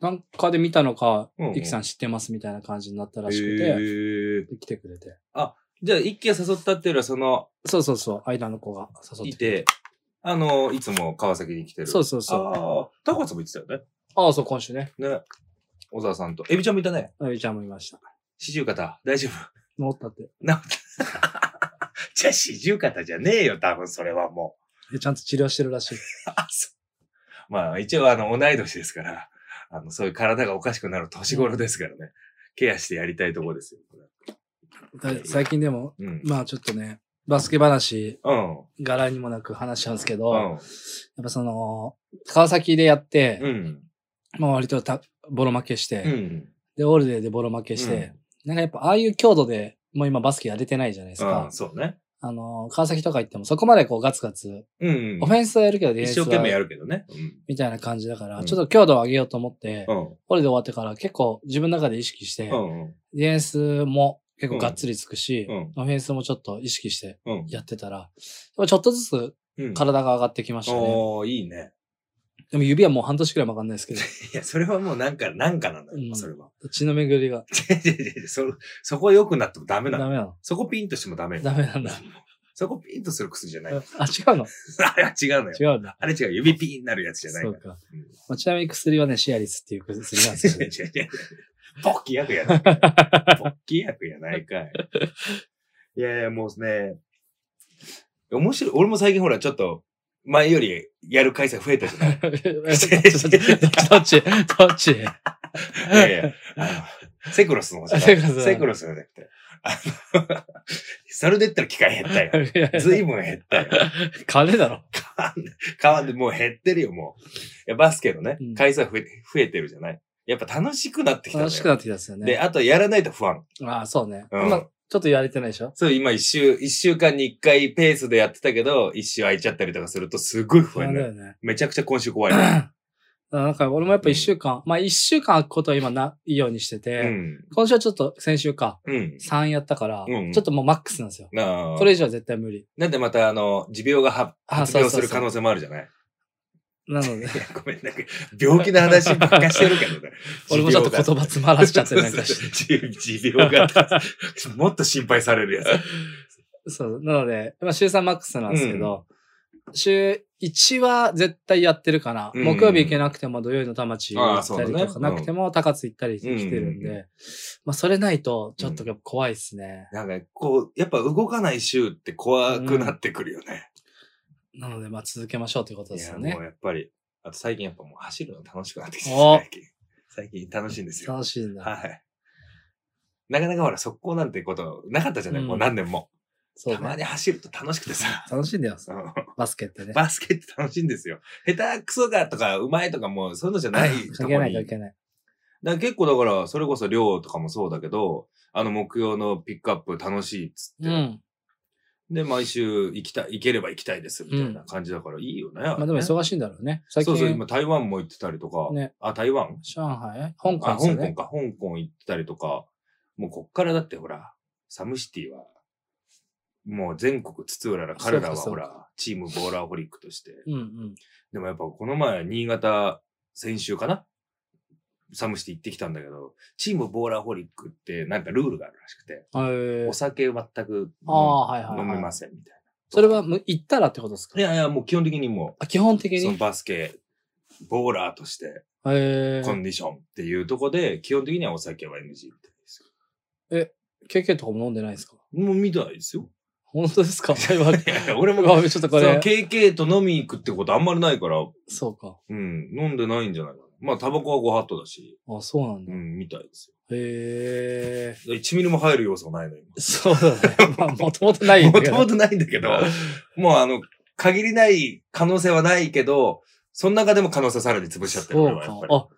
Speaker 3: なんかで見たのか、
Speaker 2: うんうん
Speaker 3: イキさん知ってますみたいな感じになったらしく
Speaker 2: へ
Speaker 3: て、
Speaker 2: え。
Speaker 3: 来てくれて。
Speaker 2: じゃあ、一気が誘ったっていうのは、その、
Speaker 3: そうそうそう、間の子が誘っ
Speaker 2: い
Speaker 3: てくれ
Speaker 2: て、あの、いつも川崎に来てる。
Speaker 3: そううそうそう。
Speaker 2: そう。ああ、高橋さんも言ってたよ
Speaker 3: ああ、そう、今週ね。
Speaker 2: ね。ね。小沢さんと。エビちゃんもいたね。
Speaker 3: あゆちゃんもいました。
Speaker 2: 四十肩。大丈夫。
Speaker 3: 治ったって。
Speaker 2: な、じゃあ四十肩じゃねえよ、多分それはも
Speaker 3: でちゃんと治療してるらしい。
Speaker 2: う。 あ、そう。まあ、一応、あの、同い年ですから、あの、そういう体がおかしくなる年頃ですからね。ケアしてやりたいところですよ。これ
Speaker 3: だ最近でも、
Speaker 2: うん。
Speaker 3: まあちょっとね、バスケ話、
Speaker 2: うん。
Speaker 3: 柄にもなく話しちゃうんですけど、やっ
Speaker 2: うん。
Speaker 3: ぱその、川崎でやって、
Speaker 2: うん。
Speaker 3: まあ割とたボロ負けして、
Speaker 2: うん。
Speaker 3: で、オールデーでボロ負けして、なんかやっぱああいう強度で、もう今バスケやれてないじゃないです
Speaker 2: う
Speaker 3: か
Speaker 2: ん。。そうね。
Speaker 3: あの、川崎とか行ってもそこまでこうガツガツ、
Speaker 2: うん
Speaker 3: オフ。ェンスはやるけどディ
Speaker 2: 一
Speaker 3: フェンス
Speaker 2: 生懸命や
Speaker 3: は
Speaker 2: るけどね。
Speaker 3: みたいな感じだから、
Speaker 2: うん
Speaker 3: ちょっと強度を上げようと思って
Speaker 2: う、ん。
Speaker 3: これで終わってから結構自分の中で意識して、
Speaker 2: うん。うん。
Speaker 3: ディフェンスも結構がっつりつくし、
Speaker 2: うん
Speaker 3: オフェンスもちょっと意識して
Speaker 2: うん。
Speaker 3: やってたら、やっぱちょっとずつ
Speaker 2: うん。
Speaker 3: 体が上がってきましたね。
Speaker 2: おー、いいね。
Speaker 3: でも指はもう半年くらい曲がんないですけど、
Speaker 2: いや、それはもうなんか、なんかなんだ
Speaker 3: う
Speaker 2: よ、
Speaker 3: ん
Speaker 2: それは。
Speaker 3: 血の巡りが
Speaker 2: いやいやいやそ、そこ良くなってもダメ
Speaker 3: ダ
Speaker 2: なの。
Speaker 3: メなの。
Speaker 2: そこピンとしてもダメ。
Speaker 3: ダメなんだ。
Speaker 2: そこピンとする薬じゃない。 あ
Speaker 3: あ、違うの
Speaker 2: れは違うのよ。
Speaker 3: 違うんだ。
Speaker 2: あれ違う。指ピンになるやつじゃない
Speaker 3: そ
Speaker 2: か
Speaker 3: う
Speaker 2: ら。
Speaker 3: か。
Speaker 2: うん
Speaker 3: まあ、ちなみに薬はね、シアリスっていう薬なんですけ ど、ね。
Speaker 2: 違う違う違う 勃起薬やないかい。勃起薬やないかい。いやいや、もうね、面白い。俺も最近ほら、ちょっと、前よりやる回数増えたじゃ ない。
Speaker 3: どっちどっちどっち
Speaker 2: いやいや、あの、セクロスの方じゃない。
Speaker 3: セクロス
Speaker 2: セクロスじゃなくて。あの それで言ったら機会減ったよ。 ずいぶん減ったよ。
Speaker 3: 金だろ。
Speaker 2: 変わんで、もう減ってるよ、もう。いやバスケのね
Speaker 3: うん、
Speaker 2: 回数は増え増えてるじゃない。やっぱ楽しくなってきたのよ
Speaker 3: 楽しくなってきたですよ
Speaker 2: で、
Speaker 3: ね。
Speaker 2: あとやらないと不安。
Speaker 3: ああ、そうね。
Speaker 2: うん
Speaker 3: 今、ちょっと言われてないでしょ
Speaker 2: そう、今一週、一週間に一回ペースでやってたけど、一週空いちゃったりとかするとすごい不
Speaker 3: 不安
Speaker 2: 安だ
Speaker 3: だ
Speaker 2: よ。
Speaker 3: よね。
Speaker 2: めちゃくちゃ今週怖いね。
Speaker 3: なんか俺もやっぱ一週間、まあ一週間空くことは今ないようにして
Speaker 2: う
Speaker 3: て、
Speaker 2: ん。
Speaker 3: 今週はちょっと先週か、
Speaker 2: うん。
Speaker 3: 3やったから、
Speaker 2: うん
Speaker 3: ちょっともうマックスなんですよ。
Speaker 2: なあ。
Speaker 3: これ以上は絶対無理。
Speaker 2: なんでまた、あの、持病がは
Speaker 3: あ
Speaker 2: 発
Speaker 3: そ
Speaker 2: 病
Speaker 3: うそ
Speaker 2: す
Speaker 3: うそう
Speaker 2: る可能性もあるじゃない
Speaker 3: なので、。
Speaker 2: いや、ごめん、なんか、 病気の話ばっかしてるけどね
Speaker 3: 俺もちょっと言葉詰まらしちゃって なんかして。
Speaker 2: して。持病が、 もっと心配されるやつ。
Speaker 3: そう。なので、まあ、週3マックスなんですけど、週1は絶対やってるかな。
Speaker 2: うん
Speaker 3: 木曜日行けなくても土曜日の田町行った
Speaker 2: あ
Speaker 3: りと
Speaker 2: あそ
Speaker 3: か、
Speaker 2: うだね
Speaker 3: なくても高津行ったりしてきてるんで、
Speaker 2: うん
Speaker 3: まあそれないとちょっとやっぱ怖いっすね。
Speaker 2: なんか、こう、やっぱ動かない週って怖くなってくるよね。
Speaker 3: なので、まあ続けましょうということ
Speaker 2: い
Speaker 3: です
Speaker 2: や、
Speaker 3: よ
Speaker 2: も
Speaker 3: ね
Speaker 2: う。やっぱり、あと最近やっぱもう走るの楽しくなってきて
Speaker 3: お
Speaker 2: 最近最近楽しいんですよ。
Speaker 3: 楽しいんだ。
Speaker 2: はい。なかなかほら、速攻なんてことなかったじゃない、
Speaker 3: うん
Speaker 2: もう何年も。
Speaker 3: そう
Speaker 2: たま
Speaker 3: ね。
Speaker 2: に走ると楽しくてさ。
Speaker 3: 楽しんだよ、
Speaker 2: うん
Speaker 3: バスケって ね。
Speaker 2: バスケって楽しいんですよ。下手くそがとか、うまいとかもう、そういうのじゃ ないと
Speaker 3: か
Speaker 2: こ
Speaker 3: けない
Speaker 2: に。だ
Speaker 3: とい
Speaker 2: か
Speaker 3: けない。
Speaker 2: ら結構だから、それこそ量とかもそうだけど、あの、木曜のピックアップ楽しいっつって。
Speaker 3: うん。
Speaker 2: で、毎週行きたい、行ければ行きたいです、みたいな感じだから、いいよね。
Speaker 3: まあでも忙しいんだろうね。最
Speaker 2: そ
Speaker 3: 近、
Speaker 2: うそう、今台湾も行ってたりとか、
Speaker 3: ね
Speaker 2: あ、台湾
Speaker 3: 上海香港
Speaker 2: あ、
Speaker 3: です
Speaker 2: 香
Speaker 3: よ
Speaker 2: 港
Speaker 3: ね。
Speaker 2: か、香港行ってたりとか、もうこっからだってほら、サムシティは、もう全国津々浦々、彼らは
Speaker 3: そ
Speaker 2: ほ、
Speaker 3: うかそうから
Speaker 2: チームボーラーホリックとして。
Speaker 3: うんうん。
Speaker 2: でもやっぱこの前、新潟、先週かなサムシティ行ってきたんだけど、チームボーラーホリックってなんかルールがあるらしくて、
Speaker 3: えー
Speaker 2: お酒全く
Speaker 3: ああ、はいはい、
Speaker 2: 飲みま
Speaker 3: はい。
Speaker 2: せんみたい
Speaker 3: それはむ行ったらってことですか
Speaker 2: な。いやいや、もう基本的にも
Speaker 3: あ基本的
Speaker 2: う、その
Speaker 3: に。
Speaker 2: バスケ、ボーラーとして、
Speaker 3: え
Speaker 2: コンディションっていうとこで、基本的にはお酒は NG みたいですよ。
Speaker 3: KK とかも飲んでないですか
Speaker 2: もう見たいですよ。
Speaker 3: 本当です か
Speaker 2: いやいや俺も、
Speaker 3: ごめんちょっとこ
Speaker 2: その
Speaker 3: れ。
Speaker 2: KK と飲みに行くってことあんまりないから、
Speaker 3: そうか。
Speaker 2: うん、飲んでないんじゃないかな。まあ、タバコはご法度だし、
Speaker 3: あ、そうなんだ。
Speaker 2: う
Speaker 3: へ
Speaker 2: ん、みたいです
Speaker 3: え。
Speaker 2: よ。1ミリも入る要素がないの、
Speaker 3: そうだ ね。まあ、もともとない
Speaker 2: 今。
Speaker 3: ん
Speaker 2: も
Speaker 3: だけ
Speaker 2: と
Speaker 3: ど
Speaker 2: も。とないんだけど、もうあの、限りない可能性はないけど、その中でも可能性さらに潰しちゃってる、
Speaker 3: そ
Speaker 2: 俺
Speaker 3: う
Speaker 2: はや
Speaker 3: か
Speaker 2: っぱ。り。
Speaker 3: あ、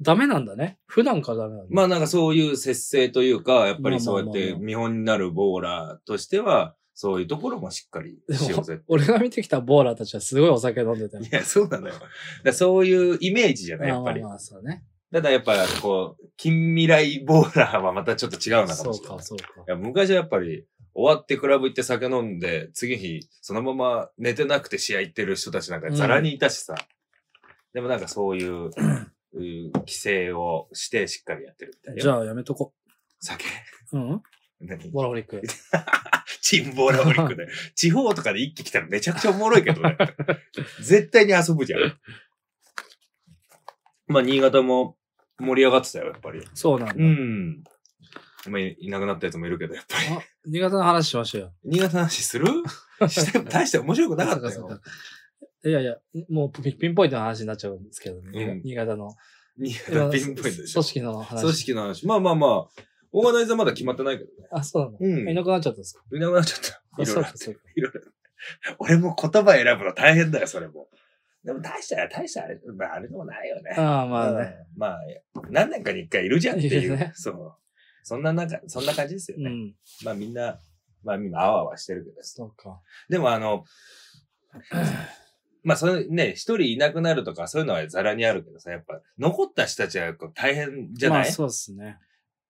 Speaker 3: ダメなんだね。普段からダメなんだ。
Speaker 2: まあなんかそういう節制というか、やっぱりそうやっ
Speaker 3: まあまあ
Speaker 2: て
Speaker 3: まあま
Speaker 2: 見本になるボーラーとしては、そういうところもしっかり
Speaker 3: で
Speaker 2: しよう
Speaker 3: も
Speaker 2: ぜ。
Speaker 3: 俺が見てきたボーラーたちはすごいお酒飲んでたよ。
Speaker 2: いや、そうなのよ。だからそういうイメージじゃ ない、やっぱり。
Speaker 3: まあまあまあ、そうね。
Speaker 2: ただやっぱ、こう、近未来ボーラーはまたちょっと違うなか
Speaker 3: そ
Speaker 2: も
Speaker 3: う
Speaker 2: しれない
Speaker 3: か、。そうか。
Speaker 2: いや昔はやっぱり、終わってクラブ行って酒飲んで、次の日、そのまま寝てなくて試合行ってる人たちなんかザラにいたしさ。でもなんかそういう、うん規制をしてしっかりやってるみたいな。
Speaker 3: じゃあやめとこ。
Speaker 2: 酒。
Speaker 3: うん
Speaker 2: 何
Speaker 3: ボーラーホリック。
Speaker 2: チンボーラオリックで。 地方とかで一気来たらめちゃくちゃおもろいけどね。絶対に遊ぶじゃ ん。まあ、新潟も盛り上がってたよ、やっぱり。
Speaker 3: そうなんだ。
Speaker 2: うん。今いなくなったやつもいるけど、やっぱり。
Speaker 3: あ、新潟の話しましょうよ。
Speaker 2: 新潟の話する して、大して面白くなかった
Speaker 3: そうかそう
Speaker 2: よ。
Speaker 3: かいやいや、もうピピンポイントの話になっちゃうんですけどね。
Speaker 2: うん
Speaker 3: 新潟の。
Speaker 2: 新潟ピンポイントでしょ
Speaker 3: 組。織の話。
Speaker 2: 組織の話。まあまあまあ、オーガナイザーまだ決まってないけどね。
Speaker 3: あ、そうなんだ。
Speaker 2: うん
Speaker 3: いなくなっちゃったんですか
Speaker 2: いなくなっちゃった。
Speaker 3: あ
Speaker 2: いろいろ
Speaker 3: そうかそうか。
Speaker 2: いろいろ。俺も言葉選ぶの大変だよ、それも。でも大した、大したあれ、まああれでもないよね。
Speaker 3: ああ、まあね。
Speaker 2: うんまあ、何 年かに一回いるじゃんってい
Speaker 3: いる
Speaker 2: う。
Speaker 3: ね
Speaker 2: そう。そんな中、そんな感じですよ
Speaker 3: う
Speaker 2: ね。
Speaker 3: ん。
Speaker 2: まあみんな、まあみんなあわあわしてるけど。
Speaker 3: そうか。
Speaker 2: でもあの、まあそれね、一人いなくなるとかそういうのはザラにあるけどさ、やっぱ残った人たちはこう大変じゃない、
Speaker 3: まあそうですね。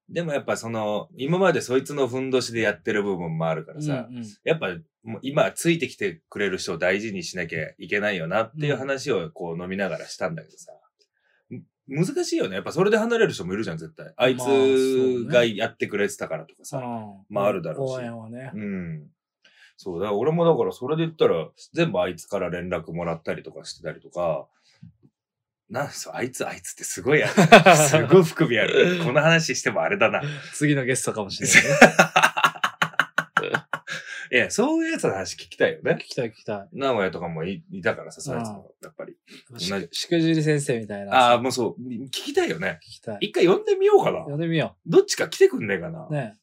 Speaker 2: でもやっぱその、今までそいつのふんどしでやってる部分もあるからさ、
Speaker 3: うんうん
Speaker 2: やっぱもう今ついてきてくれる人を大事にしなきゃいけないよなっていう話をこう飲みながらしたんだけどさ。む難しいよね。やっぱそれで離れる人もいるじゃん、絶対。あい
Speaker 3: まあそう
Speaker 2: つ
Speaker 3: ね
Speaker 2: がやってくれてたからとかさ。
Speaker 3: うん
Speaker 2: まああるだろうし
Speaker 3: 応援 はね。
Speaker 2: うん。そうだ、から俺もだからそれで言ったら、全部あいつから連絡もらったりとかしてたりとか、なんすよ、あいつ、あいつってすご いある、すごい含みある。この話してもあれだな。い
Speaker 3: 次のゲストかもしれないね。
Speaker 2: や、そういうやつの話聞きたいよね
Speaker 3: 聞。きたい聞きた
Speaker 2: 名古屋とかもいいたからさ、そういうやつも、やっぱり。
Speaker 3: い。
Speaker 2: 同じ
Speaker 3: ししくじり先生みたいな。
Speaker 2: ああ、
Speaker 3: 聞
Speaker 2: もうそう、み聞きたいよね。
Speaker 3: きたい。
Speaker 2: 一回呼んでみようかな。
Speaker 3: 呼んでみよ
Speaker 2: どっちか来てくんねえかな。
Speaker 3: う。ねえ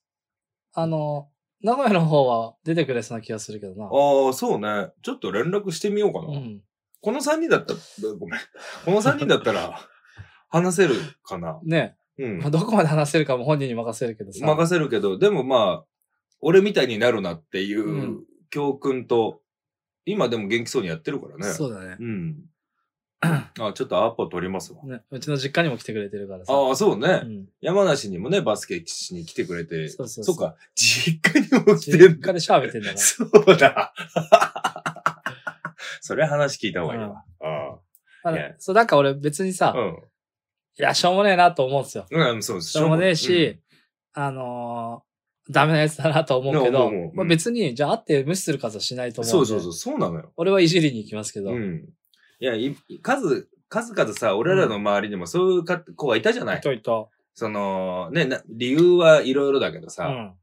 Speaker 3: あの、名古屋の方は出てくれそうな気がするけどな。
Speaker 2: ああ、そうね。ちょっと連絡してみようかな。
Speaker 3: うん。
Speaker 2: この3人だったら、ごめん。この3人だったら、話せるかな。
Speaker 3: ね
Speaker 2: うん
Speaker 3: えまあ。どこまで話せるかも本人に任せるけどさ。
Speaker 2: 任せるけど、でもまあ、俺みたいになるなっていううん教訓と、今でも元気そうにやってるからね。
Speaker 3: そうだね。
Speaker 2: うん。あ、ちょっとアポ取りますわ。
Speaker 3: ねうちの実家にも来てくれてるからさ。
Speaker 2: ああ、そうね、
Speaker 3: うん。
Speaker 2: 山梨にもね、バスケしに来てくれて。
Speaker 3: そうそう
Speaker 2: そ
Speaker 3: そうう
Speaker 2: か、実家にも来て
Speaker 3: 実
Speaker 2: る。
Speaker 3: 家でシャーベてんだか
Speaker 2: そうだ。 それ話聞いた方がいいわ。
Speaker 3: ら。
Speaker 2: い
Speaker 3: ま
Speaker 2: や
Speaker 3: あそう、なんか俺別にさ、
Speaker 2: うん。
Speaker 3: いや、しょうもねえなと思うんですよ。
Speaker 2: うん、うん、そう
Speaker 3: しょうもねえし、あのーダメなやつだなと思うけ
Speaker 2: いや
Speaker 3: ど、
Speaker 2: 思う思う
Speaker 3: まあ、別に、じゃあ会って無視する数はしないと
Speaker 2: うん
Speaker 3: 思
Speaker 2: そううん
Speaker 3: で。
Speaker 2: そうそう、そうなのよ。
Speaker 3: 俺はいじりに行きますけど、
Speaker 2: うん。いや、い数、数々さ、俺らの周りにもそういうか子がいたじゃない
Speaker 3: い。といと。
Speaker 2: その、ね、な理由はいろいろだけど
Speaker 3: う
Speaker 2: さ、
Speaker 3: ん。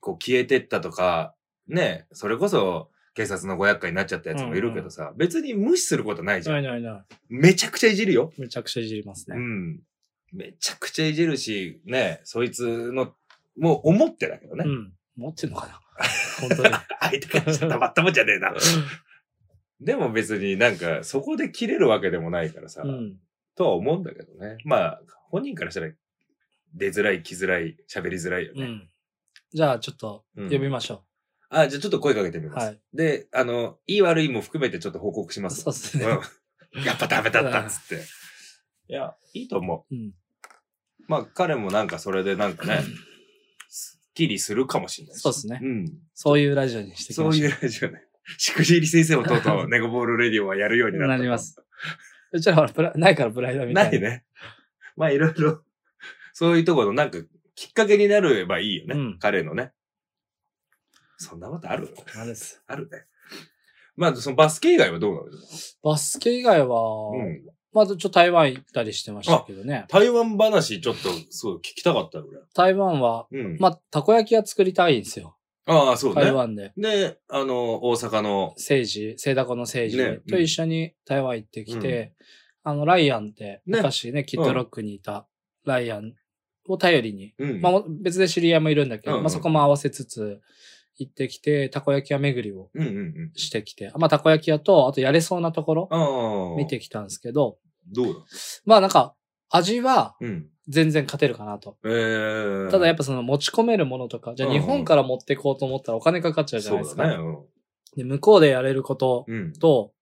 Speaker 2: こう消えてったとか、ね、それこそ警察のご厄介になっちゃったやつもいるけどさ、別に無視することないじゃん。
Speaker 3: ないないな
Speaker 2: めちゃくちゃいじるよ。
Speaker 3: い。めちゃくちゃいじります
Speaker 2: う
Speaker 3: ね。
Speaker 2: ん。めちゃくちゃいじるし、ね、そいつの、もう思ってだけどね。
Speaker 3: うん。持ってんのか な本当に。
Speaker 2: 相手からしたらたまったもんじゃねえな。でも別になんか、そこで切れるわけでもないからさ、
Speaker 3: うん。
Speaker 2: とは思うんだけどね。まあ、本人からしたら、出づらい、来づらい、喋りづらいよ
Speaker 3: う
Speaker 2: ね。
Speaker 3: ん。じゃあ、ちょっと、
Speaker 2: うん
Speaker 3: 呼びましょ
Speaker 2: あ、じゃあちょっと声かけてみ
Speaker 3: う。
Speaker 2: ます。
Speaker 3: はい。
Speaker 2: で、あの、いい悪いも含めてちょっと報告します。
Speaker 3: そうですね。
Speaker 2: うんやっぱダメだったっつ って。いや、いいと思う。
Speaker 3: うん
Speaker 2: まあ、彼もなんかそれでなんかね、すっきりするかもしれないし
Speaker 3: そうですね。
Speaker 2: うん。
Speaker 3: そういうラジオにしてき
Speaker 2: そ
Speaker 3: ま
Speaker 2: う
Speaker 3: し
Speaker 2: い
Speaker 3: ょう。
Speaker 2: うラジオね。しくじり先生もとうとう、ネゴボールレディオはやるようになったと。
Speaker 3: なりますうちらはプラないからプライドみたい
Speaker 2: な
Speaker 3: な。
Speaker 2: いね。まあ、いろいろ、そういうところのなんか、きっかけになればいいよね。
Speaker 3: うん
Speaker 2: 彼のね。そんなことある
Speaker 3: あれです。
Speaker 2: あるね。まあ、そのバスケ以外はどうなの
Speaker 3: バスケ以外は、
Speaker 2: うん。
Speaker 3: まあ、ちょっと台湾行ったりしてましたけどね。
Speaker 2: 台湾話ちょっと、そう、聞きたかった、俺。
Speaker 3: 台湾は、
Speaker 2: うん。
Speaker 3: まあ、たこ焼きは作りたいんですよ。
Speaker 2: ああ、そう
Speaker 3: 台
Speaker 2: ね。
Speaker 3: 湾で。
Speaker 2: で、あの、大阪の、
Speaker 3: 政治、聖ダコの政
Speaker 2: ね
Speaker 3: 治と一緒に台湾行ってきて、あの、ライアンって、
Speaker 2: ね
Speaker 3: 昔ね、キッドロックにいたライアンを頼りに、
Speaker 2: うん。
Speaker 3: まあ、別で知り合いもいるんだけど、
Speaker 2: うんうん
Speaker 3: まあ、そこも合わせつつ行ってきて、たこ焼き屋巡りを
Speaker 2: うんうんうん。
Speaker 3: してきて、まあ、たこ焼き屋と、あとやれそうなところ
Speaker 2: ああ。
Speaker 3: 見て。きたんですけど、
Speaker 2: どうだ
Speaker 3: まあ、なんか、味は
Speaker 2: うん。
Speaker 3: 全然勝てるかなと。
Speaker 2: えー。
Speaker 3: ただやっ
Speaker 2: ぱ
Speaker 3: ぱその持ち込めるものとか、じゃあ
Speaker 2: うんう
Speaker 3: 日
Speaker 2: ん
Speaker 3: 本から持ってこうと思ったらお金かかっちゃうじゃないですか。
Speaker 2: ね。
Speaker 3: で向こうでやれること
Speaker 2: うん。うん。
Speaker 3: と、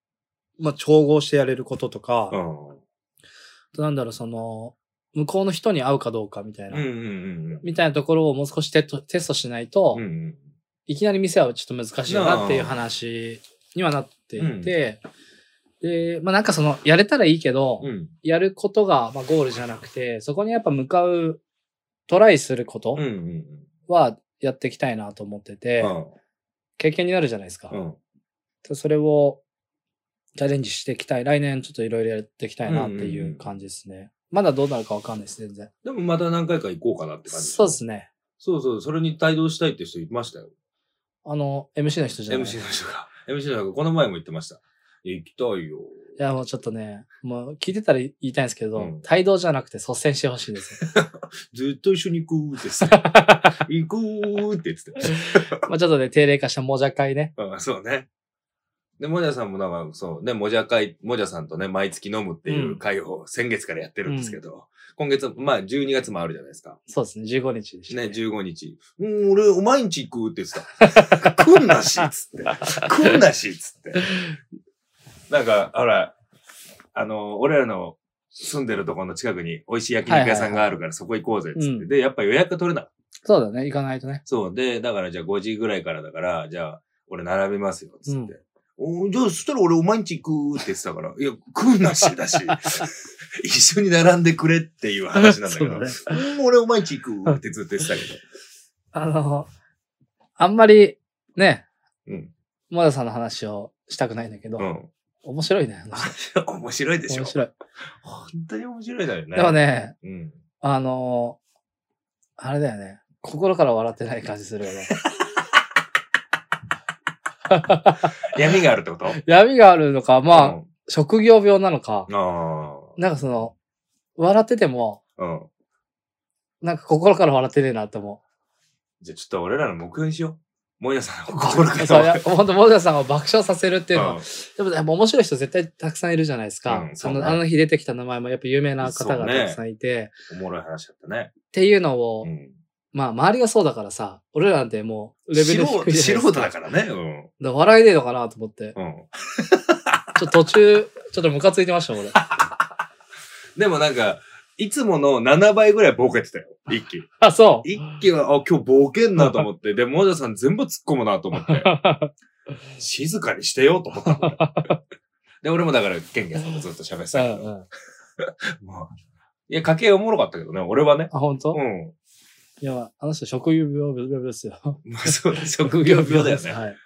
Speaker 3: まあ、調合してやれることと
Speaker 2: う
Speaker 3: か、
Speaker 2: ん
Speaker 3: あとなんだろう、その、向こうの人に合うかどうかみたい
Speaker 2: うん
Speaker 3: な、
Speaker 2: うんうん。
Speaker 3: みたいなところをもう少しテストテストしないと、
Speaker 2: うんうん。
Speaker 3: いきなり店はちょっと難しいよなっていう話にはなっていて、で、まあなんかその、やれたらいいけど、
Speaker 2: うん。
Speaker 3: やることがまあゴールじゃなくて、そこにやっぱ向かう、トライすること
Speaker 2: うんうん
Speaker 3: はやっていきたいなと思ってて、
Speaker 2: うん。
Speaker 3: 経験になるじゃないですか。
Speaker 2: うん。
Speaker 3: でそれをチャレンジしていきたい。来年ちょっといろいろやっていきたいなってい
Speaker 2: んうんう
Speaker 3: うんう感じですね。まだどうなるかわかんないです、全然。
Speaker 2: でもまた何回か行こうかなって感じ。
Speaker 3: そうです
Speaker 2: ね。
Speaker 3: ね。
Speaker 2: そうそう、それに帯同したいって人いましたよ。
Speaker 3: あの、MC の人じゃない。
Speaker 2: MC の人が。MC の人がこの前も言ってました。いや行きたいよ。
Speaker 3: いや、もうちょっとね、もう聞いてたら言いたいんですけど、
Speaker 2: うん
Speaker 3: 帯同じゃなくて率先してほしい んですよ。
Speaker 2: ずっと一緒に行くーってさ 行くーって言ってた。
Speaker 3: まあちょっとね、定例化したもじゃ会ね。
Speaker 2: あそうね。で、もじゃさんもなんか、そう、ね、もじゃ会、もじゃさんとね、毎月飲むっていう会を先月からやってるんですけど、今月、まあ、12月もあるじゃないですか。
Speaker 3: そうですね、15日でした
Speaker 2: ね、15日。うん、俺、お前んち行くって言ってた。来んなしっつって。来んなしっつって。なんか、ほら、あの、俺らの住んでるところの近くに美味しい焼肉屋さんがあるからそこ行こうぜっつって。
Speaker 3: うん
Speaker 2: で、やっぱ予約取れない。
Speaker 3: そうだね、行かないとね。
Speaker 2: そう。で、だからじゃあ5時ぐらいからだから、じゃあ俺並びますよ、つって。
Speaker 3: うん
Speaker 2: おーじゃあ、そしたら俺お前んち行くって言ってたから、いや、来んなしだし、 一緒に並んでくれっていう話なんだけど、
Speaker 3: そううだね
Speaker 2: ん俺お前んち行くってずっと言ってたけど。
Speaker 3: あの、あんまり、ね、
Speaker 2: うん。
Speaker 3: モダさんの話をしたくないんだけど、
Speaker 2: うん。
Speaker 3: 面白いね。あの人
Speaker 2: 面白いでしょ
Speaker 3: 面白い。
Speaker 2: 本当に面白いだよね。
Speaker 3: でも。ね、
Speaker 2: うん。
Speaker 3: あの、あれだよね。心から笑ってない感じする よね。
Speaker 2: 闇があるってこと
Speaker 3: 闇があるのか、まあ、
Speaker 2: うん
Speaker 3: 職業病なのか、
Speaker 2: あ
Speaker 3: なんかその、笑ってても、
Speaker 2: あ。うん。
Speaker 3: なんか心から笑ってねえなと思
Speaker 2: じゃあちょっと俺らの目標にしよう。もやさん、
Speaker 3: う。
Speaker 2: 心から
Speaker 3: そういや、ほんと、モダさんを爆笑させるっていうの
Speaker 2: う
Speaker 3: は、
Speaker 2: ん
Speaker 3: でも、でも面白い人絶対たくさんいるじゃないですか。
Speaker 2: うん
Speaker 3: そ
Speaker 2: そう
Speaker 3: の
Speaker 2: ね
Speaker 3: あの日出てきた名前もやっぱ有名な方
Speaker 2: そ
Speaker 3: が
Speaker 2: うね
Speaker 3: たくさんいて、
Speaker 2: おもろい話だったね。
Speaker 3: っていうのを、
Speaker 2: うん。
Speaker 3: まあ周りがそうだからさ、俺らなんてもうレベル低いじゃな
Speaker 2: 素人
Speaker 3: いですか。
Speaker 2: 素人だ
Speaker 3: だか
Speaker 2: からね。うん。
Speaker 3: ら笑いねえのかなと思って。
Speaker 2: うん。
Speaker 3: ちょっと途中、ちょっとムカついてました、俺。
Speaker 2: でもなんか、いつもの7倍ぐらいボケてたよ。一気。
Speaker 3: あ、そう。
Speaker 2: 一気は、あ、今日ボケんなと思って。で、もやさん全部突っ込むなと思 って。静かにしてよと思ったもん俺。で、俺もだから、ケンケンさんとずっと喋って
Speaker 3: う
Speaker 2: たけ
Speaker 3: ん
Speaker 2: ど
Speaker 3: う。ん。
Speaker 2: まあ。いや、家計おもろかったけどね、俺はね。
Speaker 3: あ、本当？
Speaker 2: うん。
Speaker 3: いや、あの人職業病ですよ。
Speaker 2: まあ、 そう、職業病だよね。
Speaker 3: はい。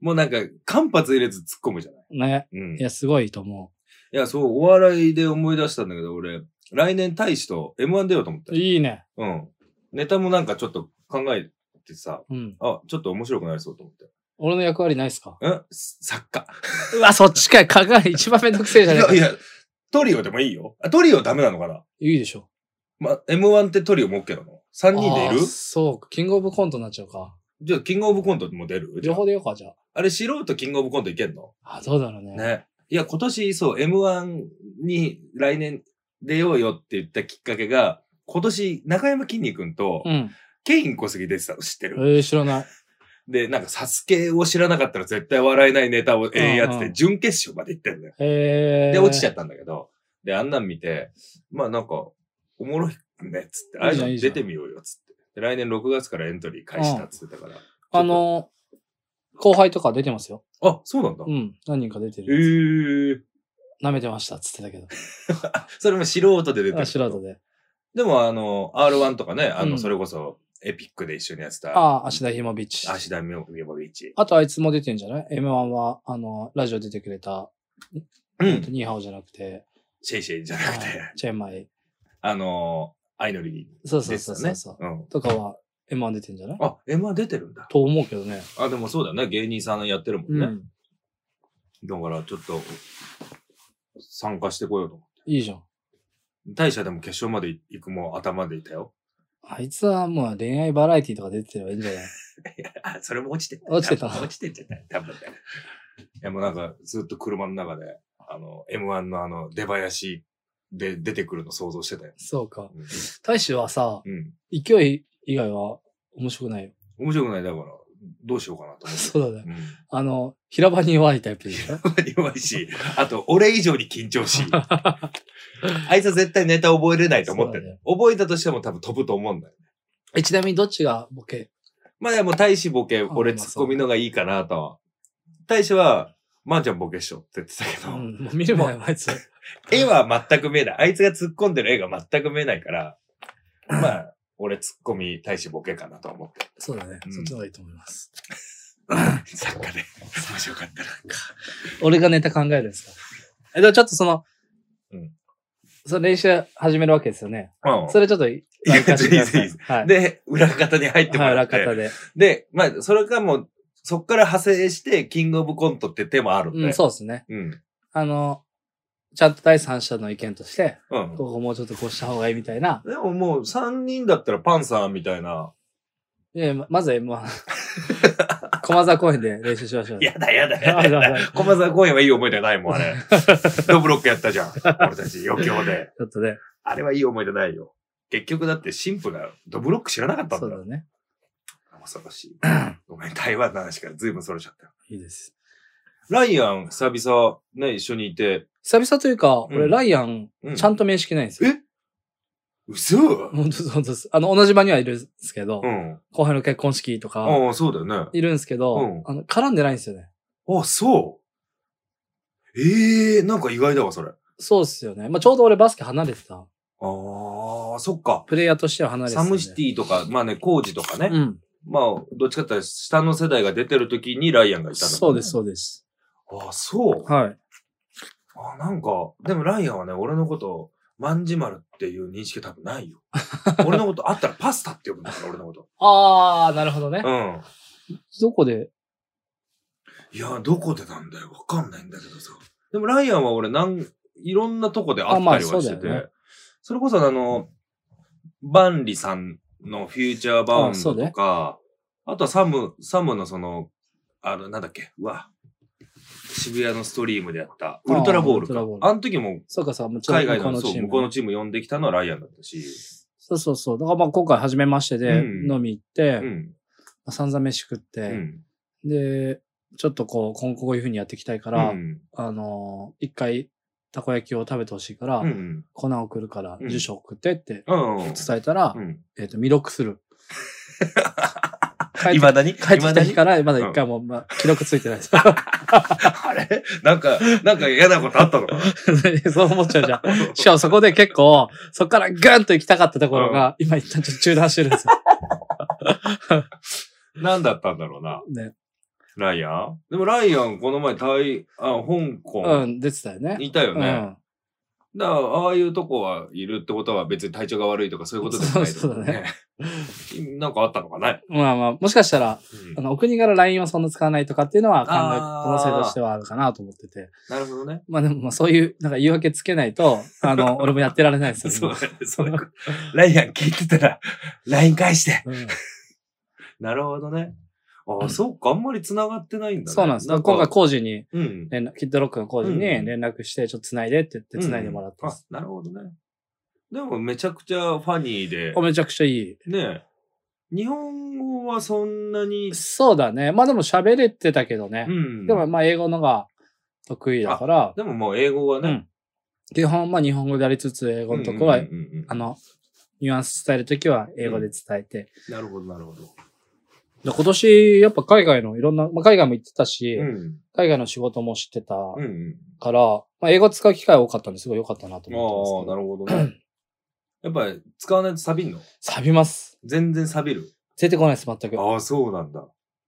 Speaker 2: もうなんか、間髪入れず突っ込むじゃない。
Speaker 3: ね。
Speaker 2: うん。い
Speaker 3: いや、すごいと思
Speaker 2: や、そう、お笑いで思い出したんだけど、俺、来年大使と M1 出ようと思って
Speaker 3: う。。いいね。
Speaker 2: うん。ネタもなんかちょっと考えてさ、
Speaker 3: うん。
Speaker 2: あ、ちょっと面白くなりそうと思って。
Speaker 3: 俺の役割ないっすか
Speaker 2: うん作家。
Speaker 3: うわ、そっちかい。考える一番めんどくせえ
Speaker 2: い
Speaker 3: じゃねえか
Speaker 2: や、いや、トリオでもいいよ。あトリオダメなのかない
Speaker 3: いでしょ。
Speaker 2: ま、M1 ってトリオも OK なの ?3 人でい
Speaker 3: あ
Speaker 2: る
Speaker 3: ーそうか。キングオブコントになっちゃうか。
Speaker 2: じゃあ、キングオブコントも出るじゃ
Speaker 3: 両
Speaker 2: あ
Speaker 3: 方でようか、じゃ
Speaker 2: あれ、素人キングオブコントいけんの
Speaker 3: あ。あ、どうだろうね。
Speaker 2: ね。いや、今年、そう、M1 に来年出ようよって言ったきっかけが、今年、中山きんに君と
Speaker 3: う、ん。
Speaker 2: ケイン小杉出てたの知って
Speaker 3: え
Speaker 2: る、
Speaker 3: ー、知らない。
Speaker 2: で、なんか、サスケを知らなかったら絶対笑えないネタをええやつ
Speaker 3: うんう
Speaker 2: で、
Speaker 3: ん
Speaker 2: 準決勝まで行ってんだよ。
Speaker 3: へえ。
Speaker 2: で、落ちちゃ
Speaker 3: っ
Speaker 2: ったんだけど、で、あんなん見て、まあなんか、おもろいね、っつって、ああい
Speaker 3: いいうじゃん
Speaker 2: の出てみようよ、っつって。で、来年6月からエントリー開始だっつってたから。
Speaker 3: あのー、後輩とか出てますよ。
Speaker 2: あ、そうなんだ。
Speaker 3: う
Speaker 2: え
Speaker 3: ん。何人か出て
Speaker 2: え
Speaker 3: る。
Speaker 2: ー。
Speaker 3: 舐めてましたっつってたけど。
Speaker 2: それも素人で出て
Speaker 3: あ
Speaker 2: る。
Speaker 3: 素人で。
Speaker 2: でも、あの、R1 とかね、あ
Speaker 3: う
Speaker 2: の、
Speaker 3: ん
Speaker 2: それこそ、エピックで一緒にやってた、
Speaker 3: ああ、芦田ひまビッチ。
Speaker 2: 芦田美穂ビーチ。
Speaker 3: あとあいつも出てんじゃない ?M1 は、あの、ラジオ出てくれた、
Speaker 2: う
Speaker 3: えっと
Speaker 2: ん。
Speaker 3: ニーハオじゃなくて、
Speaker 2: シェイシェイじゃなくて、
Speaker 3: あチェンマイ。
Speaker 2: あの、アイノリ
Speaker 3: そうそう
Speaker 2: で
Speaker 3: そう
Speaker 2: す
Speaker 3: そ
Speaker 2: ね
Speaker 3: うそう。。
Speaker 2: うん。
Speaker 3: とかは M1 出てんじゃない
Speaker 2: あ、M は出てるんだ。
Speaker 3: と思うけどね。
Speaker 2: あ、でもそうだね。芸人さんやってるもん
Speaker 3: う
Speaker 2: ね。
Speaker 3: ん。
Speaker 2: だから、ちょっと、参加してこようと思って
Speaker 3: いいじゃん。
Speaker 2: 大社でも決勝まで行くもう頭でいたよ。
Speaker 3: あいつはもう恋愛バラエティとか出てればいい んじゃない
Speaker 2: あ、それも落ちてた
Speaker 3: 落ちてた
Speaker 2: 多分落ちてんじゃない多分ね。いや、もうなんか、ずっと車の中で、あの、M1 のあの、出囃子で出てくるの想像してたよ。
Speaker 3: そうか。
Speaker 2: うん
Speaker 3: 大使はさ、
Speaker 2: うん。
Speaker 3: 勢い以外は面白くないよ。
Speaker 2: 面白くないだから、どうしようかなと思って。
Speaker 3: そうだね。
Speaker 2: うん。
Speaker 3: あの、平場に弱いタイプでしょ
Speaker 2: 弱いし、 あと、俺以上に緊張 し。あいつは絶対ネタ覚えれないと思って
Speaker 3: そうだ
Speaker 2: る。覚えたとしても多分飛ぶと思うんだよ。
Speaker 3: えちなみにどっちがボケ
Speaker 2: まあでも、大使ボケ、
Speaker 3: あ
Speaker 2: 俺
Speaker 3: まあ
Speaker 2: ツッコミのがいいかなとは。大使は、まー、ちゃんボケっしょって言ってたけ
Speaker 3: う
Speaker 2: ど、
Speaker 3: ん、もう見るもんよ、あ いつ。
Speaker 2: 絵は全く見えない。あいつが突っ込んでる絵が全く見えないから、まあ、俺ツッコミ、大使ボケかなと 思って。
Speaker 3: そうだね。
Speaker 2: うん
Speaker 3: そっちの方がいいと思います。
Speaker 2: 作家で。面白かったら。
Speaker 3: 俺がネタ考えるんですかえ、でもちょっとその、
Speaker 2: うん
Speaker 3: その練習始めるわけですよね。
Speaker 2: うん
Speaker 3: それちょっと、い
Speaker 2: や全然いいで
Speaker 3: はい。
Speaker 2: で、裏方に入っても
Speaker 3: はい、
Speaker 2: ら
Speaker 3: 裏
Speaker 2: って。
Speaker 3: 方で。
Speaker 2: で、まあ、それかもう、そっから派生して、キングオブコントって手もあるんで。
Speaker 3: うん、そうですね。
Speaker 2: うん。うん。
Speaker 3: あの、ちゃんと第三者の意見として、ここもうちょっとこうした方がいいみたいな。
Speaker 2: でももう、3人だったらパンサーみたいな、
Speaker 3: えままず M1。駒沢公園で練習しましょう。
Speaker 2: やだやだやだやだ。 駒沢公園はいい思い出ないもん、あ れ。ドブロックやったじゃん。俺たち余興で。
Speaker 3: ちょっとね、
Speaker 2: あれはいい思い出ないよ。結局だって神父がドブロック知らなかったん
Speaker 3: そ
Speaker 2: だ
Speaker 3: う
Speaker 2: よ
Speaker 3: だ。ね。
Speaker 2: 恐ろしい。ごめん、台湾の話から随分それちゃったよ。
Speaker 3: いいです。
Speaker 2: ライアン、久々、ね、一緒にいて。
Speaker 3: 久々というか、
Speaker 2: うん
Speaker 3: 俺、ライアン、
Speaker 2: う
Speaker 3: ちゃ
Speaker 2: んと。
Speaker 3: んと面識ないんですよ。
Speaker 2: え嘘
Speaker 3: 本当です本当です。あの、同じ場にはいるんですけど、
Speaker 2: うん。
Speaker 3: 後輩の結婚式とか、
Speaker 2: ああ、そうだよね。
Speaker 3: いるんですけど、
Speaker 2: うん
Speaker 3: あの、絡んでないんですよね。
Speaker 2: あ、そう。ええなんか意外だわ、それ。あ
Speaker 3: そうっすよね。まあ、ちょうど俺バスケ離れてた。
Speaker 2: あ、そっか。
Speaker 3: プレイヤーとしては離れてた
Speaker 2: サ
Speaker 3: んで。
Speaker 2: ムシティとか、まあね、コージとかね。
Speaker 3: うん。
Speaker 2: まあ、どっちかっていうと下の世代が出てる時にライアンがいたんだも
Speaker 3: そ
Speaker 2: ん
Speaker 3: う
Speaker 2: ね
Speaker 3: です、。そうです。
Speaker 2: ああ、そう。
Speaker 3: はい。
Speaker 2: あ、なんか、でもライアンはね、俺のこと、万事丸っていう認識多分ないよ。俺のことあったらパスタって呼ぶんだから、俺のこと。
Speaker 3: あー、なるほどね。
Speaker 2: うん。
Speaker 3: どこで
Speaker 2: いや、どこでなんだよ。わかんないんだけどさ。でもライアンは俺、なん、いろんなとこで会
Speaker 3: あま
Speaker 2: った
Speaker 3: あ
Speaker 2: りはして
Speaker 3: そう
Speaker 2: て。そ
Speaker 3: だよね
Speaker 2: れこそ、あの、バンリさんのフューチャーバウンドとか、あ,、とはサム、サムのその、あの、なんだっけ、うわ。渋谷のストリームでやった、ウルトラボール
Speaker 3: ウルト
Speaker 2: か
Speaker 3: ラボー。ル
Speaker 2: あの時も、
Speaker 3: そうかさ、もちろん
Speaker 2: 海外
Speaker 3: 向こ
Speaker 2: の
Speaker 3: うの
Speaker 2: そう
Speaker 3: チー
Speaker 2: 向
Speaker 3: ム。
Speaker 2: こうのチーム呼んできたのはライアンだったし。
Speaker 3: そうそうそう。だからまあ今回初めましてで
Speaker 2: うん
Speaker 3: 飲み行って、
Speaker 2: うん。
Speaker 3: まあ散々飯食っ
Speaker 2: う
Speaker 3: て、
Speaker 2: ん。
Speaker 3: で、ちょっとこう、今後こういう風にやっていきたいから、
Speaker 2: うん
Speaker 3: あのー、一回、たこ焼きを食べてほしいから、
Speaker 2: うん。
Speaker 3: 粉を送るから、
Speaker 2: うん
Speaker 3: 住所送ってって
Speaker 2: うん。
Speaker 3: 伝えたら、
Speaker 2: うん。
Speaker 3: えっ、と、未読 する。帰って
Speaker 2: だに
Speaker 3: 帰ってき
Speaker 2: 未
Speaker 3: た日
Speaker 2: だに
Speaker 3: から、まだ一回も、まあ、記録ついてないです。
Speaker 2: あれなんか、なんか嫌なことあったのかな
Speaker 3: そう思っちゃうじゃん。しかもそこで結構、そこからグーンと行きたかったところが、今一旦ちょっと中断してる んですよ。
Speaker 2: 何だったんだろうな、
Speaker 3: ね。
Speaker 2: ライアン。でもライアン、この前、台、あ、香
Speaker 3: う
Speaker 2: 港、
Speaker 3: ん、出てたよね。
Speaker 2: いたよ
Speaker 3: う
Speaker 2: ね。
Speaker 3: ん。
Speaker 2: だから、ああいうとこはいるってことは別に体調が悪いとかそういうことでもないってこと
Speaker 3: そうそうだ
Speaker 2: なんかあったのかね。
Speaker 3: まあまあ、もしかしたら、
Speaker 2: うん
Speaker 3: あの、お国柄 LINE をそんな使わないとかっていうのは考え、
Speaker 2: あー
Speaker 3: 可能性としてはあるかなと思ってて。
Speaker 2: なるほどね。
Speaker 3: まあでも、まあそういう、なんか言い訳つけないと、あ の、俺もやってられないです
Speaker 2: そ
Speaker 3: よ
Speaker 2: う
Speaker 3: ね。
Speaker 2: だね。そうだねライアン聞いてたら、LINE 返して。
Speaker 3: うん
Speaker 2: なるほどね。あ
Speaker 3: う
Speaker 2: あ、
Speaker 3: ん
Speaker 2: そうか。あんまり繋がってないんだね。
Speaker 3: そうなんです。今回、コージに
Speaker 2: うん。
Speaker 3: 連絡、キッドロックのコージに
Speaker 2: うん
Speaker 3: 連絡して、ちょっと繋いでって言って繋いでもらったん
Speaker 2: あ
Speaker 3: です。
Speaker 2: なるほどね。でもめちゃくちゃファニーで
Speaker 3: お、めちゃくちゃいい。
Speaker 2: ねえ日本語はそんなに、
Speaker 3: そうだね。まあでも喋れてたけどね
Speaker 2: う。ん。
Speaker 3: でも、まあ英語のが得意だから、
Speaker 2: でももう英語は
Speaker 3: う
Speaker 2: ね、
Speaker 3: ん基本まあ日本語でありつつ英語のとこ
Speaker 2: う
Speaker 3: は
Speaker 2: ん、うんうんうん
Speaker 3: あの、ニュアンス伝えるときは英語で伝えて、
Speaker 2: なるほど、なるほど。
Speaker 3: で今年、やっぱ海外のいろんな、まあ、海外も行ってたし、
Speaker 2: うん。
Speaker 3: 海外の仕事も知ってた
Speaker 2: うんうん。
Speaker 3: から、まあ、英語使う機会多かったんですごい良かったなと
Speaker 2: ああ、
Speaker 3: 思って
Speaker 2: な
Speaker 3: ます
Speaker 2: るほど ね。やっぱり使わないと錆びんの
Speaker 3: 錆びます。
Speaker 2: 全然錆びる。
Speaker 3: 出てこないです、全く。
Speaker 2: ああ、そうなんだ。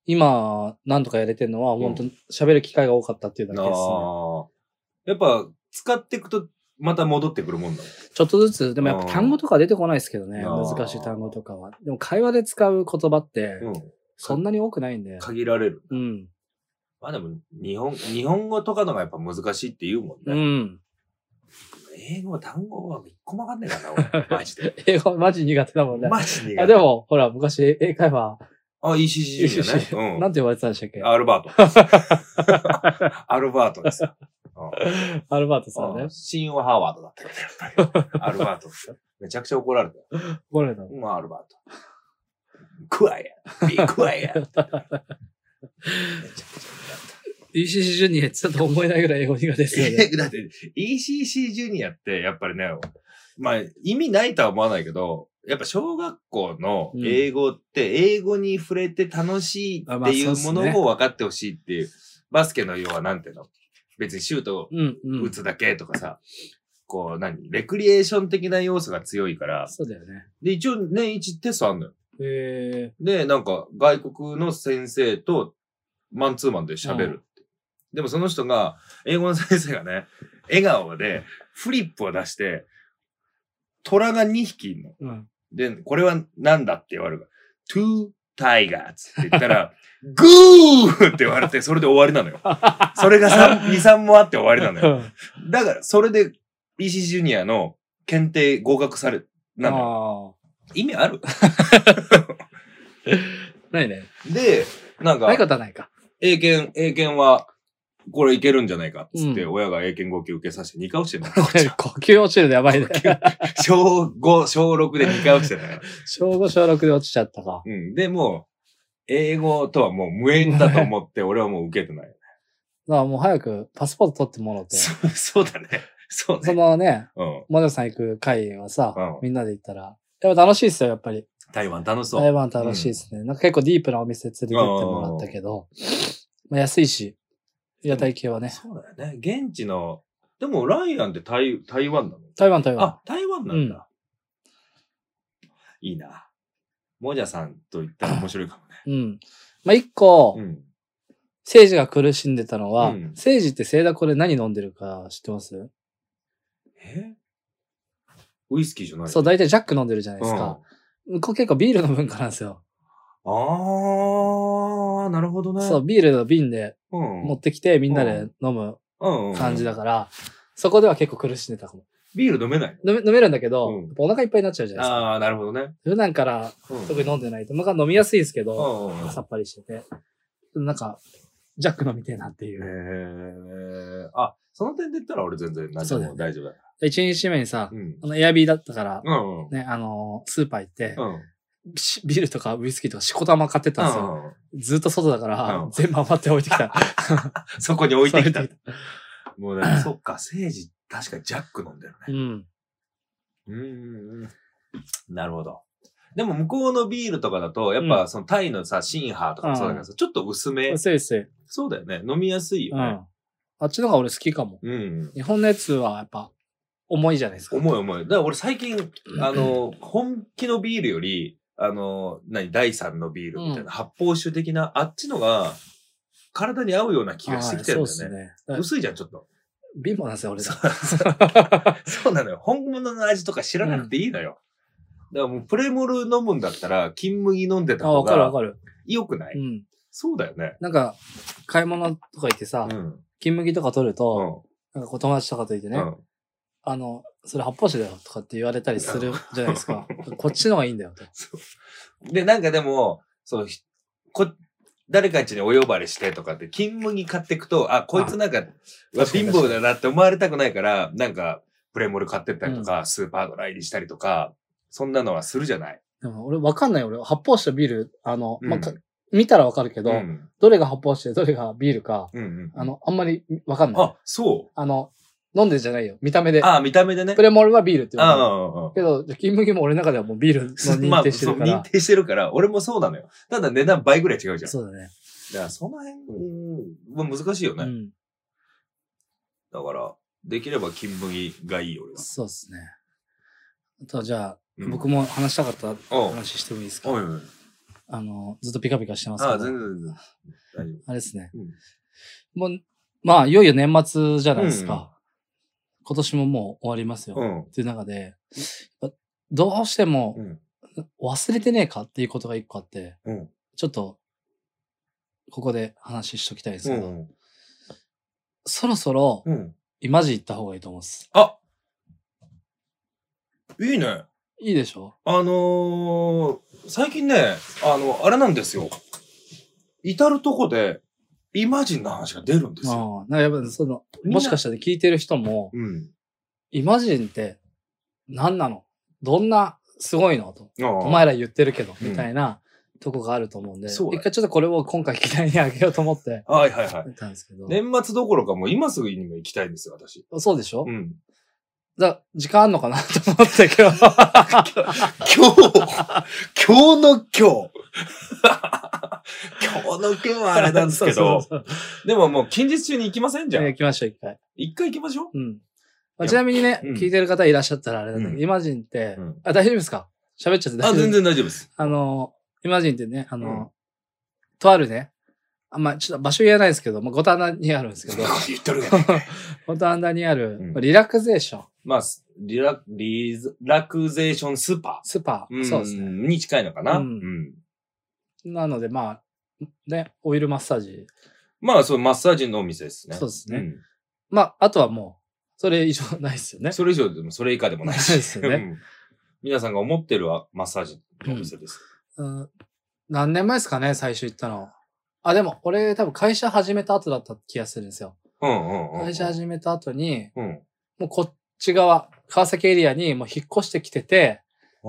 Speaker 3: 今、なんとかやれてるのは、
Speaker 2: ん
Speaker 3: 本当に喋る機会が多かったっていうだけ
Speaker 2: あ
Speaker 3: ですね。
Speaker 2: あ。やっぱ使っていくとまた戻ってくるもんだ
Speaker 3: ちょっとずつ、でもやっぱ
Speaker 2: あー
Speaker 3: 単語とか出てこないですけどね、
Speaker 2: あー
Speaker 3: 難しい単語とかは。でも会話で使う言葉って、
Speaker 2: もん。うん。
Speaker 3: そんなに多くないんで。
Speaker 2: 限られる。
Speaker 3: うん。
Speaker 2: まあでも、日本、日本語とかのがやっぱ難しいって言うもんね。
Speaker 3: うん。
Speaker 2: 英語、単語は一個もわかんねえからな、俺。マジ で。
Speaker 3: 英語マジ苦手だもんね。
Speaker 2: マジで。
Speaker 3: あで、も、ほら、昔、英会話、
Speaker 2: あ、ECG だね。う。
Speaker 3: なんんて呼ばれてたんでしたっけ
Speaker 2: アルバート。 アルバートです。うん
Speaker 3: アルバートさんね。
Speaker 2: 新オハーワードだったけど、やっぱり。アルバート。めちゃくちゃ怒られたよ。
Speaker 3: 怒られたの。
Speaker 2: まあ、アルバート。クワイア。ビークワイ ア。めちゃくちゃ怒られ
Speaker 3: UCC ジュニアちょっと思えないぐらい英語苦手ですよね。
Speaker 2: た。だって、ECC ジュニアって、やっぱりね、まあ、意味ないとは思わないけど、やっぱ小学校の英語って、英語に触れて楽しい
Speaker 3: あ
Speaker 2: っ
Speaker 3: まあ
Speaker 2: てい
Speaker 3: そうっ
Speaker 2: う
Speaker 3: す
Speaker 2: も
Speaker 3: ね
Speaker 2: のを分かってほしいっていう、バスケの要はなんていうの別にシュートを
Speaker 3: うん、う
Speaker 2: 打
Speaker 3: ん。
Speaker 2: つだけとかさ、こう何レクリエーション的な要素が強いから、
Speaker 3: そうだよね。
Speaker 2: で、一応年一テストあんのよ。
Speaker 3: え
Speaker 2: で、なんか外国の先生とマンツーマンで喋るって。でもその人が、英語の先生がね、笑顔でフリップを出して、虎が2匹いるの。
Speaker 3: ー、うん。
Speaker 2: で、これは何だって言われるから、two tigers って言った ら、グーって言われて、それで終わりなのよ。それが2、3もあって終わりなのよ。だから、それで EC ジュニアの検定合格され、なのよ。
Speaker 3: あ
Speaker 2: 意味ある
Speaker 3: ないね。
Speaker 2: で、なん
Speaker 3: ないこ
Speaker 2: か、
Speaker 3: とはないか。
Speaker 2: 英検、英検は、これいけるんじゃないかっつって、
Speaker 3: う
Speaker 2: 親が英検号泣受けさせて2回落ちてんだよ。こっ ちは
Speaker 3: 呼吸落ちるのやばい ね。
Speaker 2: 小5、小6で2回落ちてん だよ。
Speaker 3: 小5、小6で落ちちゃったか。
Speaker 2: うん。で、もう、英語とはもう無縁だと思 って、俺はもう受けてない。
Speaker 3: だからもう早くパスポート取ってもらって。
Speaker 2: そ
Speaker 3: そう
Speaker 2: そうだね。そうね。
Speaker 3: のね、
Speaker 2: うん。
Speaker 3: マダさん行く会はさ、
Speaker 2: うん
Speaker 3: みんなで行ったら、やっぱ楽しいっすよ、やっぱり。
Speaker 2: 台湾楽しそう。
Speaker 3: 台湾楽しいですね。なんか結構ディープなお店連れて行ってもらったけど、まあ安いし、屋台系はね。
Speaker 2: そうだよね。現地の、でもライアンって台台湾なの
Speaker 3: 台湾、台湾。
Speaker 2: あ、台湾なんだ。いいな。もじゃさんと言ったら面白いか
Speaker 3: うん。まあ一個、
Speaker 2: もね。うん。
Speaker 3: 政治が苦しんでたのは、
Speaker 2: うん
Speaker 3: 政治って聖ダコで何飲んでるか知ってます
Speaker 2: えウイスキーじゃない
Speaker 3: そう、
Speaker 2: だ
Speaker 3: 大体ジャック飲んでるじゃない
Speaker 2: で
Speaker 3: ですす
Speaker 2: か
Speaker 3: か。。向こう結構ビールの文化なんですよ。
Speaker 2: あー、なるほどね。
Speaker 3: そう、ビールの瓶で
Speaker 2: うん。
Speaker 3: 持ってきてみんなで飲む
Speaker 2: うんうん
Speaker 3: 感じだから、そこでは結構苦しんでたかも。
Speaker 2: ビール飲めない
Speaker 3: 飲め飲めるんだけど、
Speaker 2: うん
Speaker 3: やっぱお腹いっぱいになっちゃうじゃないですか。
Speaker 2: あー、なるほどね。
Speaker 3: 普段から
Speaker 2: うん
Speaker 3: 特に飲んでないと、なんか飲みやすいですけ
Speaker 2: う
Speaker 3: ど、
Speaker 2: んうんうん
Speaker 3: さっぱりしてて。なんか、ジャック飲みてえなってい
Speaker 2: へ
Speaker 3: う。
Speaker 2: ー。あ、その点で言ったら俺全然何でも大丈夫だ。
Speaker 3: 一日目にさ、
Speaker 2: うん。
Speaker 3: あのエアビーだったから、
Speaker 2: うんうん。
Speaker 3: ね、あのースーパー行って、
Speaker 2: うん。
Speaker 3: しビールとかウイスキーとかしこたま買ってたんですよ。
Speaker 2: うん
Speaker 3: ずっと外だから、
Speaker 2: うん
Speaker 3: 全部余って置いてきた。
Speaker 2: そこに 置いてき
Speaker 3: そ
Speaker 2: た
Speaker 3: う置い。
Speaker 2: もうね、そっか、政治、確かジャック飲んでる
Speaker 3: う
Speaker 2: ね。
Speaker 3: ん。
Speaker 2: うーん。なるほど。でも向こうのビールとかだと、やっぱそのタイのさ、シンハーとかもそうだけどさ、ちょっと薄め。
Speaker 3: 薄い薄い。
Speaker 2: そうだよね。飲みやすいよ
Speaker 3: う
Speaker 2: ね。
Speaker 3: ん。あっちの方が俺好きかも。
Speaker 2: うん。
Speaker 3: 日本のやつはやっぱ、重いじゃないですか。
Speaker 2: 重い重い。だから俺最近、あの、本気のビールより、あの、何、第三のビールみたいな、
Speaker 3: うん
Speaker 2: 発泡酒的な、あっちのが、体に合うような気がしてきてるんだ
Speaker 3: はいそう
Speaker 2: よ
Speaker 3: で
Speaker 2: ね。
Speaker 3: すね。
Speaker 2: 薄いじゃん、ちょっと。
Speaker 3: 貧乏なんですよ、俺さ。
Speaker 2: そうなのよ。本物の味とか知らなくていいのよ。だからもうプレモル飲むんだったら、金麦飲んでた
Speaker 3: あ、
Speaker 2: 方
Speaker 3: わかるわ
Speaker 2: が
Speaker 3: かる。
Speaker 2: 良くな
Speaker 3: う
Speaker 2: い
Speaker 3: ん。
Speaker 2: そうだよね。
Speaker 3: なんか、買い物とか行って
Speaker 2: う
Speaker 3: さ、
Speaker 2: ん。
Speaker 3: 金麦とか取る
Speaker 2: う
Speaker 3: と、
Speaker 2: ん。
Speaker 3: なんかこう友達とかといてね、
Speaker 2: うん
Speaker 3: あの、それ発泡酒だよとかって言われたりするじゃないですか。こっちの方がいいんだよと。
Speaker 2: で、なんかでも、そう、ひこ、誰かんちにお呼ばれしてとかって、金麦買ってくと、あ、こいつなんか、うわ
Speaker 3: 確か
Speaker 2: 貧
Speaker 3: に
Speaker 2: 乏だなって思われたくないから、なんか、プレモル買ってったりとか、スーパードライにしたりとか、そんなのはするじゃない。
Speaker 3: でも俺わかんない。俺、発泡酒とビール、あの、まあか
Speaker 2: うん
Speaker 3: 見たらわかるけど、
Speaker 2: うん。
Speaker 3: どれが発泡酒でどれがビールか、
Speaker 2: うんうん。
Speaker 3: あ、の、あんまりわかんない。
Speaker 2: あ、そ
Speaker 3: あの、飲んでじゃないよ。見た目で
Speaker 2: う。。あ、見た目でね
Speaker 3: プ。レモルはビールって言
Speaker 2: ああ
Speaker 3: わ
Speaker 2: ああ、ああ
Speaker 3: れる。けど、じゃあ金麦も俺の中ではもうビールの認定してるか
Speaker 2: ま
Speaker 3: ら。
Speaker 2: あそう認定してるから、俺もそうなのよ。ただ値段倍ぐらい違うじゃん。だ
Speaker 3: そうだね。
Speaker 2: からその辺うんは難しいよね。
Speaker 3: うん。
Speaker 2: だから、できれば金麦がいいよ、俺は。
Speaker 3: そうですね。あとはじゃあ、
Speaker 2: うん
Speaker 3: 僕も話したかった
Speaker 2: おう
Speaker 3: 話してもいいですか
Speaker 2: おいおい。
Speaker 3: あの、ずっとピカピカしてますけ
Speaker 2: あ
Speaker 3: ど。
Speaker 2: あ、全然全然。大丈夫。
Speaker 3: あれですね。
Speaker 2: うん
Speaker 3: もう、まあ、いよいよ年末じゃないですか。今年ももう終わりますよ。
Speaker 2: う
Speaker 3: っ
Speaker 2: ん。
Speaker 3: ていう中で、やっぱどうしても
Speaker 2: うん。
Speaker 3: 忘れてねえかっていうことが一個あって、
Speaker 2: うん。
Speaker 3: ちょっと、ここで話しときたいんです
Speaker 2: う
Speaker 3: けど、
Speaker 2: ん。
Speaker 3: そろそろ、
Speaker 2: うん。
Speaker 3: イマジ行った方がいいと思うんです。
Speaker 2: あいいね。
Speaker 3: いいでしょ
Speaker 2: あのー、最近ね、あの、あれなんですよ。至るとこで、イマジンの話が出るんですよ。
Speaker 3: ああ、なんかやっぱその、
Speaker 2: みんな
Speaker 3: もしかしたら聞いてる人も、
Speaker 2: うん。
Speaker 3: イマジンって何なのどんなすごいのと。
Speaker 2: ああ
Speaker 3: お前ら言ってるけど、
Speaker 2: うん
Speaker 3: みたいなとこがあると思うんで、
Speaker 2: そうだよ
Speaker 3: 一回ちょっとこれを今回議題にあげようと思って
Speaker 2: はいはいはい。
Speaker 3: やったんですけど、
Speaker 2: 年末どころかもう今すぐにも行きたいんですよ、私。
Speaker 3: そうでしょ、
Speaker 2: うん。
Speaker 3: だ時間あんのかなと思って今日。
Speaker 2: 今日、今日の今日。今日の今日はあれなんですけ
Speaker 3: そう
Speaker 2: ど
Speaker 3: そ。うそう
Speaker 2: でももう近日中に行きませんじゃ
Speaker 3: え
Speaker 2: ん
Speaker 3: ー行。きましょう、一回。
Speaker 2: 一回行きましょう。
Speaker 3: うん。
Speaker 2: い
Speaker 3: まあ、
Speaker 2: や
Speaker 3: ちなみにね、
Speaker 2: うん
Speaker 3: 聞いてる方いらっしゃったらあれなんだけど、
Speaker 2: うん
Speaker 3: イマジンって、
Speaker 2: うん
Speaker 3: あ、大丈夫ですか喋っちゃって大丈夫
Speaker 2: あ、全然大丈夫です。
Speaker 3: あの、イマジンってね、あの、
Speaker 2: うん
Speaker 3: とあるね、あんまあ、ちょっと場所言えないですけど、まあ、五反田にあるんですけど、
Speaker 2: 言ってるけど。
Speaker 3: 五反田にある
Speaker 2: うん、
Speaker 3: まあリラクゼーション、
Speaker 2: まあ、スリラ、リズラクゼーションスーパ
Speaker 3: スーパー、
Speaker 2: ー。
Speaker 3: そうですね。
Speaker 2: んに近いのかな。
Speaker 3: う
Speaker 2: うんん。
Speaker 3: なので、まあ、ね、オイルマッサージ。
Speaker 2: まあ、そう、マッサージのお店ですね。
Speaker 3: そうですね
Speaker 2: ん。
Speaker 3: まあ、あとはもう、それ以上ないですよね。
Speaker 2: それ以上でも、それ以下でもないし。
Speaker 3: ないですよね
Speaker 2: うん皆さんが思ってるマッサージのお店です。
Speaker 3: うん何年前ですかね、最初行ったの。あ、でも、俺、多分会社始めた後だった気がするんですよ。
Speaker 2: うんうんうん。
Speaker 3: 会社始めた後に、
Speaker 2: うん。
Speaker 3: もうこっち側、川崎エリアにもう引っ越してきてて、
Speaker 2: あ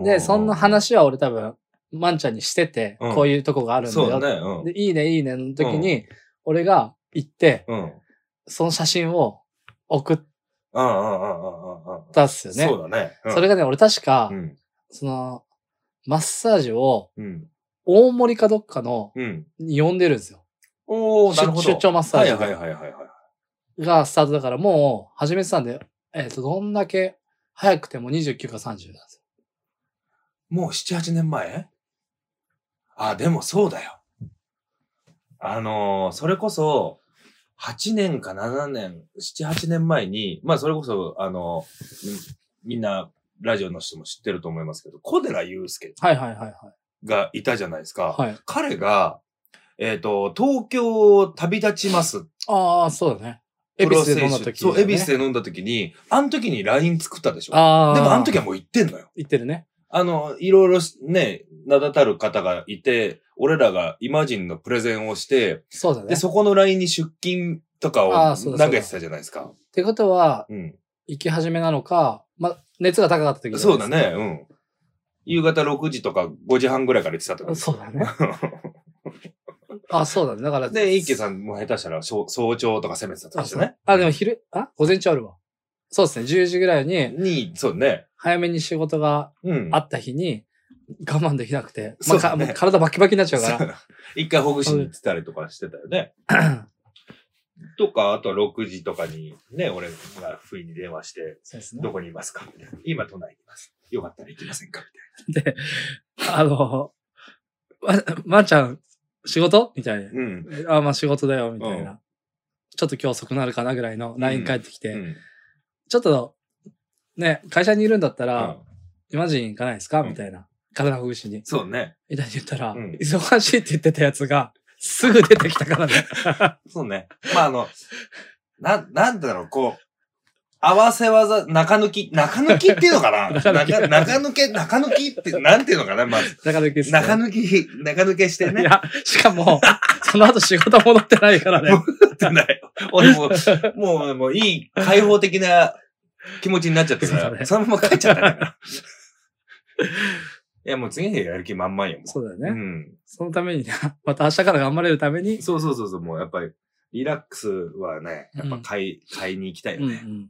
Speaker 2: あ。
Speaker 3: で、そんな話は俺多分、まんちゃんにしてて、
Speaker 2: うん
Speaker 3: こういうとこがあるんだ
Speaker 2: そう
Speaker 3: よ。
Speaker 2: だね。うん。
Speaker 3: で、いいね、いいねの時に、俺が行って、
Speaker 2: うん。
Speaker 3: その写真を送っ
Speaker 2: ああ、ああ、ああ、ああ。
Speaker 3: たっすよね。
Speaker 2: そうだね。うん
Speaker 3: それがね、俺確か、
Speaker 2: うん。
Speaker 3: その、マッサージを
Speaker 2: うん。
Speaker 3: 大森かどっかの、
Speaker 2: うん。
Speaker 3: に呼んでるんですよ。
Speaker 2: おおなるほど。
Speaker 3: 出出張マッサージ
Speaker 2: はいはいはいはいはい。
Speaker 3: がスタートだから、もう始めてたんで、えっ、と、どんだけ早くても29か30なんですよ。
Speaker 2: もう7、8年前あ、でもそうだよ。あのーそれこそ、8年か7年、7、8年前に、まあそれこそ、あのーみみんな、ラジオの人も知ってると思いますけど、小寺祐介
Speaker 3: はいはいはい
Speaker 2: がいたじゃないですか。
Speaker 3: はい。はい。
Speaker 2: 彼が、えっ、と、東京を旅立ちます。
Speaker 3: ああ、そうだね。エビスで飲んだ
Speaker 2: プロ選手
Speaker 3: 時、
Speaker 2: そう、エビス
Speaker 3: で。
Speaker 2: で飲んだ時に、あの時に LINE 作ったでしょ。
Speaker 3: ああ。
Speaker 2: でもあの時はもう行ってんのよ。
Speaker 3: 言ってるね。
Speaker 2: あの、いろいろしね、名だたる方がいて、俺らがイマジンのプレゼンをして、
Speaker 3: そうだね。
Speaker 2: で、
Speaker 3: っ
Speaker 2: そこの LINE に出勤とか
Speaker 3: あ
Speaker 2: を
Speaker 3: ーそうだ
Speaker 2: 投げてたじゃないですか。
Speaker 3: てことは、
Speaker 2: うん。
Speaker 3: 行き始めなのか、ま、熱が高かった時じゃないで
Speaker 2: そ
Speaker 3: すか
Speaker 2: うだ。ね、うん。夕方6時とか5時半ぐらいから言ってたってこと
Speaker 3: そうだね。あ、そうだね。だから。
Speaker 2: で、イッキーさんも下手したらしょ早朝とか攻めてたとか
Speaker 3: あ
Speaker 2: し
Speaker 3: そ
Speaker 2: て
Speaker 3: う
Speaker 2: ね。
Speaker 3: あ、でも昼、あ午前中あるわ。そうですね。10時ぐらいに、
Speaker 2: に、そうね。
Speaker 3: 早めに仕事が
Speaker 2: うん。
Speaker 3: あった日に、我慢できなくて、
Speaker 2: そう
Speaker 3: か
Speaker 2: だね
Speaker 3: もう体バキバキになっちゃう
Speaker 2: そ
Speaker 3: か
Speaker 2: う 一回ほぐしに行ってたりとかしてたよね。
Speaker 3: ら。
Speaker 2: とか、あとは6時とかにね、俺が不意に電話して、
Speaker 3: そうです
Speaker 2: ど
Speaker 3: ね。
Speaker 2: こにいますかみたいな。今都内にいます。よかったら行きませんかみたいな。
Speaker 3: で、あの、ま、まーちゃん、仕事みたいな。
Speaker 2: うん。
Speaker 3: あ、まあ仕事だよ、みたいな。
Speaker 2: う
Speaker 3: ちょっと今日遅くなるかなぐらいの LINE 返ってきて、
Speaker 2: うん
Speaker 3: ちょっと、ね、会社にいるんだったら、イマジン行かないですか
Speaker 2: うん
Speaker 3: みたいな。体ほぐしに。
Speaker 2: そうね。
Speaker 3: みたいに言ったら、
Speaker 2: うん
Speaker 3: 忙しいって言ってたやつが、すぐ出てきたからね。
Speaker 2: そうね。まあ、あの、な、なんだろう、こう、合わせ技、中抜き、中抜きっていうのかな
Speaker 3: 中
Speaker 2: 中
Speaker 3: 抜き
Speaker 2: 中抜け、中抜きって、なんていうのかなまず、
Speaker 3: 中抜け ですね
Speaker 2: 中抜き、中抜けして
Speaker 3: い
Speaker 2: ね。
Speaker 3: や、しかも、その後仕事戻ってないか らね。
Speaker 2: ってない。俺もう、もう、もういい開放的な気持ちになっちゃって
Speaker 3: そう
Speaker 2: か
Speaker 3: だね
Speaker 2: ら、そのまま帰っちゃったから。 いや、もう次の日やる気満々よ、も
Speaker 3: そうだよ
Speaker 2: う。
Speaker 3: ね。
Speaker 2: うん。
Speaker 3: そのために ね、また明日から頑張れるために、
Speaker 2: そうそうそうそう、もうやっぱり、リラックスはね、やっぱ買い、買いに行きたいよ
Speaker 3: うんう
Speaker 2: ね。
Speaker 3: ん。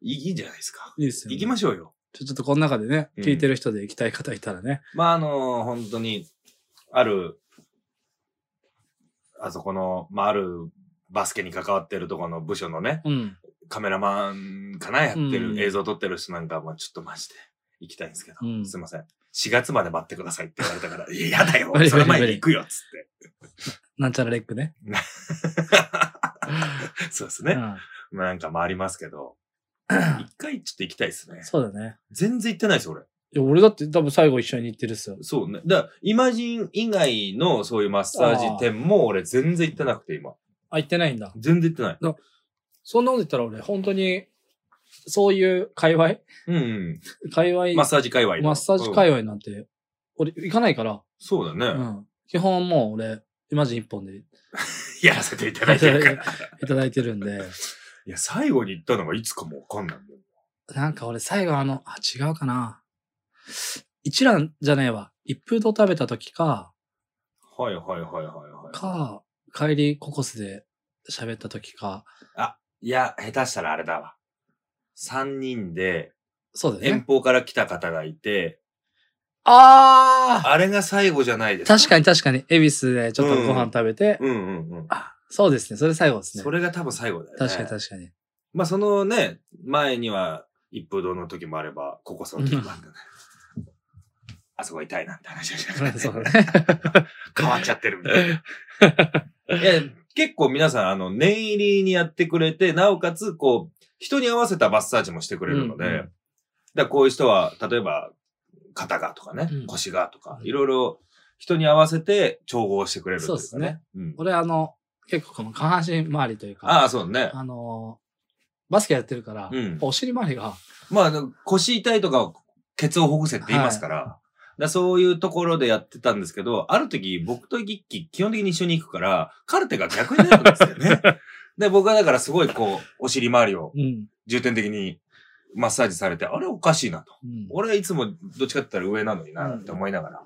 Speaker 2: いいいいんじゃないですか。
Speaker 3: いいですよ、ね。
Speaker 2: 行きましょうよ。
Speaker 3: ちょちょっとこの中でね、
Speaker 2: うん
Speaker 3: 聞いてる人で行きたい方いたらね。
Speaker 2: まあ、あの本当に、ある、あそこの、まあ、あるバスケに関わってるところの部署のね、
Speaker 3: うん。
Speaker 2: カメラマンかなやってる、
Speaker 3: うん
Speaker 2: 映像撮ってる人なんか、まあ、ちょっとマジで行きたいんですけど、
Speaker 3: うん
Speaker 2: すいません。4月まで待ってくださいって言われた から、いや、やだよ
Speaker 3: 無理無理無理
Speaker 2: その前に行くよっつっ
Speaker 3: なんちゃらレックね。
Speaker 2: て。そうです
Speaker 3: う
Speaker 2: ね。
Speaker 3: ん。
Speaker 2: まあ、なんか回りますけ ど、一回ちょっと行きたいですね。
Speaker 3: そうだね。
Speaker 2: 全然行ってないです、俺。
Speaker 3: いや、俺だって多分最後一緒に行ってるっすよ。
Speaker 2: そうね。だからイマジン以外のそういうマッサージ店も俺全然行ってなくて、今。
Speaker 3: あ、行ってないんだ。
Speaker 2: 全然行ってない。
Speaker 3: そんなこと言ったら俺、本当に、そういう界隈
Speaker 2: うん、うん。
Speaker 3: 界隈、
Speaker 2: マッ
Speaker 3: マ
Speaker 2: サージ界隈だ
Speaker 3: ッサージ
Speaker 2: うん
Speaker 3: 界隈なんて、俺行かないから、
Speaker 2: そうだね、
Speaker 3: うん。基本もう俺、イマジン一本でい
Speaker 2: やらせていただいてる から。
Speaker 3: ただいてるんで、
Speaker 2: いや、最後に行ったのがいつかもわかんないんだよ。
Speaker 3: なんか俺最後あの、あ、違うかな。一蘭じゃねえわ。一風堂食べた時か、
Speaker 2: はいはいはいはいはい。
Speaker 3: か、帰りココスで喋った時か、
Speaker 2: いや、下手したらあれだわ。三人で
Speaker 3: そうだよ
Speaker 2: 遠
Speaker 3: ね。
Speaker 2: 方から来た方がいて、
Speaker 3: あ
Speaker 2: あれが最後じゃないです
Speaker 3: 確
Speaker 2: か
Speaker 3: かに確かに、恵比寿でちょっとご飯食べて、
Speaker 2: に。うんうんうん。
Speaker 3: あ、そうですね。それ最後ですね。
Speaker 2: それが多分最後だよね。
Speaker 3: 確かに確かに。
Speaker 2: まあそのね、前には一風堂の時もあれば、ここその時もあったね。 あそこ痛いなんて話をしなが ら、ね、
Speaker 3: そうだね。
Speaker 2: 変わっちゃってるみたい な。いや、結構皆さん、あの、念入りにやってくれて、なおかつ、こう、人に合わせたマッサージもしてくれるので、
Speaker 3: うんうん
Speaker 2: だからこういう人は、例えば、肩がとかね、
Speaker 3: うん
Speaker 2: 腰がとか
Speaker 3: う、ん
Speaker 2: いろいろ人に合わせて調合してくれるというかね。
Speaker 3: そうですね
Speaker 2: うん
Speaker 3: 俺あの、結構この下半身周りというか、
Speaker 2: ああ、そうね。
Speaker 3: あの、バスケやってるから、
Speaker 2: うん
Speaker 3: お尻周りが、
Speaker 2: まああの、腰痛いとか、ケツをほぐせって言いますから、だそういうところでやってたんですけど、ある時僕とギッキー基本的に一緒に行くから、カルテが逆になるんですよ ね。で、僕はだからすごいこう、お尻周りを
Speaker 3: うん。
Speaker 2: 重点的にマッサージされて、あれおかしいなと。
Speaker 3: うん。
Speaker 2: 俺はいつもどっちかって言ったら上なのになって思いながら。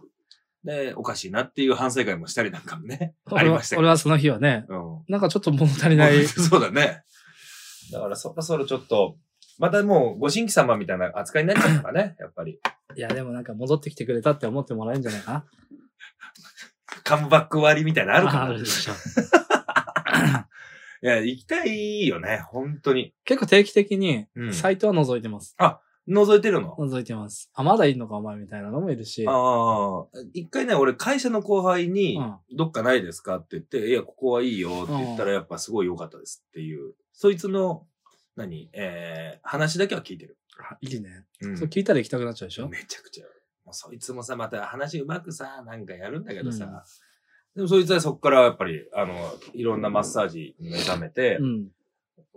Speaker 2: で、おかしいなっていう反省会もしたりなんかもね。あり
Speaker 3: 俺は
Speaker 2: ましたけど
Speaker 3: 俺はその日はね、
Speaker 2: うん。
Speaker 3: なんかちょっと物足りな い。
Speaker 2: そうだね。だからそろそろちょっと、またもうご新規様みたいな扱いになっちゃうのか ね、やっぱり。
Speaker 3: いや、でもなんか戻ってきてくれたって思ってもらえるんじゃないかな。
Speaker 2: カムバック割みたいなのあるか
Speaker 3: あ
Speaker 2: ら。
Speaker 3: る
Speaker 2: い
Speaker 3: でしょ。
Speaker 2: や、行きたいよね、本当に。
Speaker 3: 結構定期的に
Speaker 2: うん、
Speaker 3: サイトは覗いてます。
Speaker 2: 覗いてるの。
Speaker 3: 覗いてます。あ、まだいいのかお前みたいなのもいるし。
Speaker 2: ああ、一回ね、俺会社の後輩に
Speaker 3: うん、
Speaker 2: どっかないですかって言って、いや、ここはいいよって言ったら、やっぱすごい良かったですっていう、そいつの、何、えー、話だけは聞いてる。
Speaker 3: あいいね。
Speaker 2: うん
Speaker 3: そう聞いたら行きたくなっちゃうでしょ、
Speaker 2: めちゃくちゃ。もうそいつもさ、また話うまくさ、なんかやるんだけどさ。
Speaker 3: うん
Speaker 2: でもそいつはそこからやっぱり、あの、いろんなマッサージに目覚めて、
Speaker 3: うん。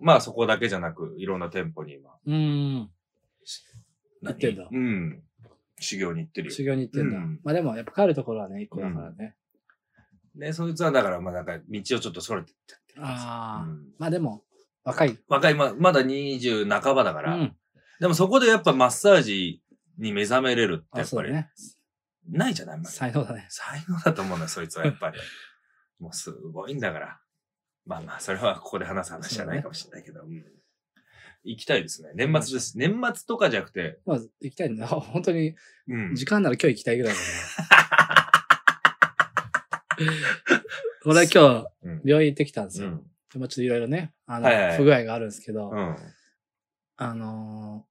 Speaker 2: まあそこだけじゃなく、いろんな店舗に今、
Speaker 3: うん。行ってんだ
Speaker 2: 何うん。修行に行ってるよ
Speaker 3: 修。行に行ってんだ。
Speaker 2: うん
Speaker 3: まあでも、やっぱ帰るところはね、一個だからね。
Speaker 2: で、そいつはだから、まあなんか、道をちょっとそれてっちゃってるからさ
Speaker 3: ああ、
Speaker 2: うん
Speaker 3: まあでも、若い。
Speaker 2: 若い、ま、まだ20半ばだか
Speaker 3: う
Speaker 2: ら、
Speaker 3: ん。
Speaker 2: でもそこでやっぱマッサージに目覚めれるって
Speaker 3: あ、
Speaker 2: やっ
Speaker 3: そ
Speaker 2: ぱ
Speaker 3: うだ
Speaker 2: り、
Speaker 3: ね。
Speaker 2: ないじゃない、あんまり
Speaker 3: 才能だね。
Speaker 2: 才能だと思うな、そいつはやっぱり。もうすごいんだから。まあまあ、それはここで話す話じゃないかもしれないけど。うん行きたいですね。年末です。年末とかじゃなくて、
Speaker 3: まあ、行きたいんだよ。 本当に、
Speaker 2: うん。
Speaker 3: 時間なら今日行きたいぐら いだね。俺は今
Speaker 2: うん
Speaker 3: 日、病院行ってきたんです
Speaker 2: う
Speaker 3: よ。
Speaker 2: ん。
Speaker 3: でまあちょっといろいろね、あ
Speaker 2: はいはいは
Speaker 3: の、
Speaker 2: い
Speaker 3: 不具合があるんですけど、
Speaker 2: うん。
Speaker 3: あの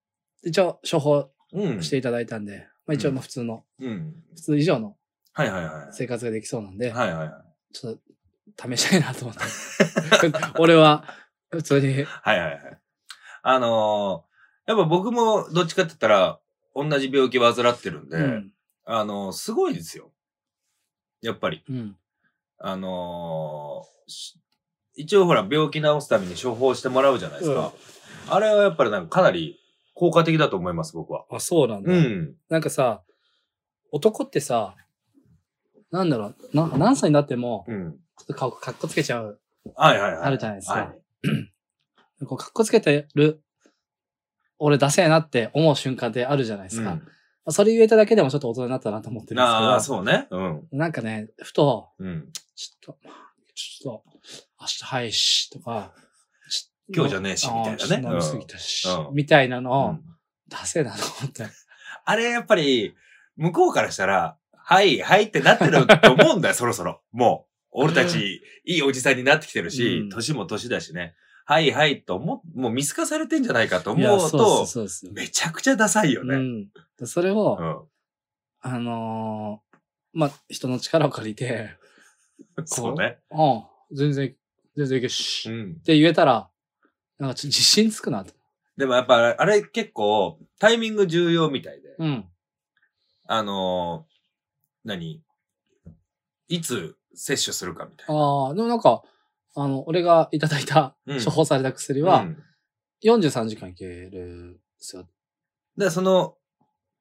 Speaker 3: ー一応、処方
Speaker 2: うん。
Speaker 3: していただいたんで、まあ一応、まあ普通の、
Speaker 2: うん。
Speaker 3: 普通以上の
Speaker 2: はいはいはい。
Speaker 3: 生活ができそうなんで、
Speaker 2: はいはいはい。
Speaker 3: ちょっと試したいなと思って。 俺は、普通
Speaker 2: は
Speaker 3: に、
Speaker 2: いはいはい。あのーやっぱ僕もどっちかって言ったら、同じ病気患ってるんで、
Speaker 3: うん。
Speaker 2: あのーすごいですよ。やっぱり。
Speaker 3: うん。
Speaker 2: あのーし一応ほら、病気治すために処方してもらうじゃないですか。あれはやっぱりなんかかなり効果的だと思います、僕は。
Speaker 3: あ、そうなんだ。
Speaker 2: うん。
Speaker 3: なんかさ、男ってさ、なんだろう、な何歳になっても、
Speaker 2: うん。
Speaker 3: ちょっと顔、かっこつけちゃう。
Speaker 2: はいはいはい。
Speaker 3: あるじゃないですか
Speaker 2: はい
Speaker 3: こう、かっこつけてる、俺ダセえなって思う瞬間ってあるじゃないですか。まあそれ言えただけでもちょっと大人になったなと思って
Speaker 2: う
Speaker 3: る
Speaker 2: ん、
Speaker 3: んです
Speaker 2: ああ、
Speaker 3: けど、
Speaker 2: そうね。うん。
Speaker 3: なんかね、ふと、
Speaker 2: うん。
Speaker 3: ちょっと、ちょっと、明日はいし、とか、ちょ
Speaker 2: 今日じゃねえしみたいなね
Speaker 3: あーちょっと飲みすぎたし、
Speaker 2: うん
Speaker 3: みたいなのを、
Speaker 2: うん
Speaker 3: ダセえなと思って。
Speaker 2: あれやっぱり、向こうからしたら、はい、はいってなってると思うんだよ、 そろそろ。もう。俺たち、いいおじさんになってきてるし、
Speaker 3: うん
Speaker 2: 年も年だしね。はい、はいと思う、もう見透かされてんじゃないかと思
Speaker 3: いや
Speaker 2: う
Speaker 3: そう
Speaker 2: と
Speaker 3: で、す、そうです。
Speaker 2: めちゃくちゃダサいよ
Speaker 3: う
Speaker 2: ね。
Speaker 3: ん。でそれを、
Speaker 2: うん。
Speaker 3: あのーまあ、人の力を借りて、
Speaker 2: そうね。
Speaker 3: うん、全然、全然いけっし、
Speaker 2: う
Speaker 3: っ
Speaker 2: ん。
Speaker 3: て言えたら、なんかちょっと自信つくなと。
Speaker 2: でもやっぱ、あれ結構、タイミング重要みたいで、
Speaker 3: うん。
Speaker 2: あのー何いつ摂取するかみたいな。
Speaker 3: ああ、でもなんか、あの、俺がいただいた、
Speaker 2: うん
Speaker 3: 処方された薬は、
Speaker 2: うん
Speaker 3: 43時間いけるんですよ。
Speaker 2: で、その、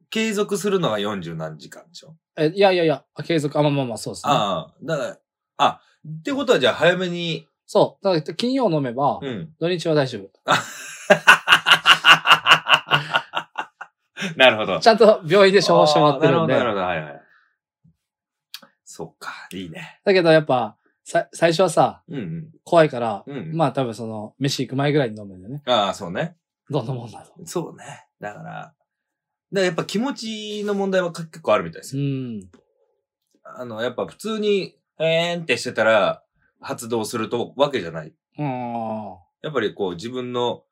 Speaker 2: 継続するのが40何時間でしょ、
Speaker 3: え、いやいやいや、あ継続、あ、まあまあまあ、そうですね。
Speaker 2: ああ、だから、あ、ってことはじゃあ早めに、
Speaker 3: そう。だから、金曜飲めば、
Speaker 2: うん。
Speaker 3: 土日は大丈夫。
Speaker 2: なるほど。
Speaker 3: ちゃんと病院で処方してもらってるんで
Speaker 2: あーなる。ほど、なるほど、はいはい。そっか、いいね。
Speaker 3: だけど、やっぱ、さ最初はさ、
Speaker 2: うん
Speaker 3: 怖いから、
Speaker 2: うん。うん。
Speaker 3: まあ多分その、飯行く前ぐらいに飲むんだよね。
Speaker 2: ああ、そうね。
Speaker 3: どんなもんだと。
Speaker 2: そうね。だから、だからやっぱ気持ちの問題は結構あるみたいです
Speaker 3: う
Speaker 2: よ。
Speaker 3: ん。
Speaker 2: あの、やっぱ普通に、えーんってしてたら発動するとわけじゃない。
Speaker 3: うん。
Speaker 2: やっぱりこう自分の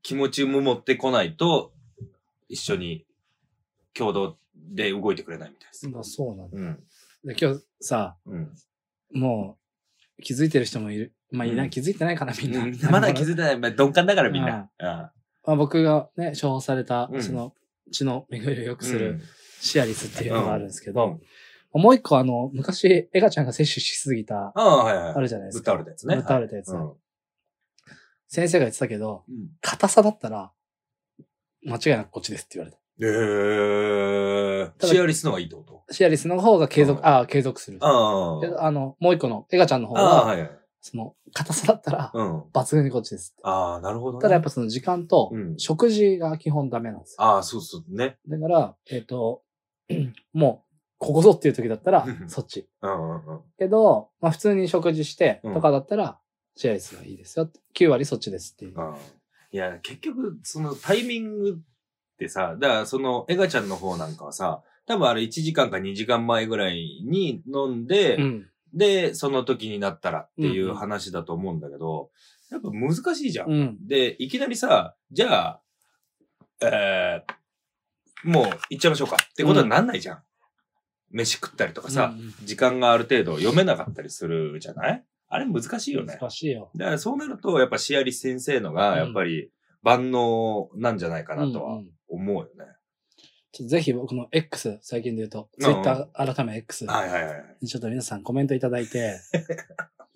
Speaker 2: 気持ちも持ってこないと、一緒に共同で動いてくれないみたいです。
Speaker 3: まあそうなんだ。
Speaker 2: うん。
Speaker 3: で今日さ、
Speaker 2: うん。
Speaker 3: もう気づいてる人もいる。まあいない、
Speaker 2: うん
Speaker 3: 気づいてないかな、みんな。
Speaker 2: まだ気づいてない。まあ、鈍感だからみんな。あ
Speaker 3: まあ僕がね、処方された
Speaker 2: う、ん
Speaker 3: その、血の巡りを良くする、シアリスっていうのがあるんですけ
Speaker 2: うん。う
Speaker 3: ど
Speaker 2: ん、
Speaker 3: もう一個あの、昔、エガちゃんが摂取しすぎた、
Speaker 2: ああ、はいはい。
Speaker 3: あるじゃないです
Speaker 2: ぶっ
Speaker 3: か。
Speaker 2: 倒れたやつね。
Speaker 3: ぶっ倒れたやつ
Speaker 2: はいうん
Speaker 3: 先生が言ってたけど、硬さだったら、間違いなくこっちですって言われた。
Speaker 2: えー、
Speaker 3: ただ
Speaker 2: シェアリスの方がいいってこと
Speaker 3: シェアリスの方が継続、
Speaker 2: うん
Speaker 3: ああ、継続する。
Speaker 2: あ
Speaker 3: けど
Speaker 2: あ。
Speaker 3: あの、もう一個の、エガちゃんの方
Speaker 2: ああ、
Speaker 3: は、
Speaker 2: はいはい。
Speaker 3: その、硬さだったら、
Speaker 2: うん。
Speaker 3: 抜群にこっちです。
Speaker 2: ああ、なるほど、ね。
Speaker 3: ただやっぱその時間と
Speaker 2: うん、
Speaker 3: 食事が基本ダメなんですよ。
Speaker 2: ああ、そうそうね。
Speaker 3: だから、えっ、と、 もう、ここぞっていう時だったら
Speaker 2: う、ん
Speaker 3: そっち。
Speaker 2: うんうんうん。
Speaker 3: けど、まあ普通に食事して
Speaker 2: うん
Speaker 3: とかだったら、シェアリスがいいですよって。9割そっちですっていう。
Speaker 2: うんいや、結局、そのタイミングってさ、だからその、エガちゃんの方なんかはさ、多分あれ1時間か2時間前ぐらいに飲んで、
Speaker 3: うん。
Speaker 2: で、その時になったらってい
Speaker 3: ん
Speaker 2: う
Speaker 3: うん
Speaker 2: 話だと思うんだけど、やっぱ難しいじゃん。
Speaker 3: うん。
Speaker 2: で、いきなりさ、じゃあ、えー、もう行っちゃいましょうかってことはなんないじゃん。飯食ったりとかさ、
Speaker 3: うん
Speaker 2: 時間がある程度読めなかったりするじゃないあれ難しいよね。
Speaker 3: 難しいよ。
Speaker 2: だからそうなると、やっぱシアリス先生のが、やっぱり万能なんじゃないかなと
Speaker 3: う
Speaker 2: は
Speaker 3: んうん
Speaker 2: 思うよね。
Speaker 3: ちょっとぜひ僕の X、最近で言うと、
Speaker 2: うんうん
Speaker 3: Twitter 改め X、
Speaker 2: はいはいはい。
Speaker 3: ちょっと皆さんコメントいただ いて、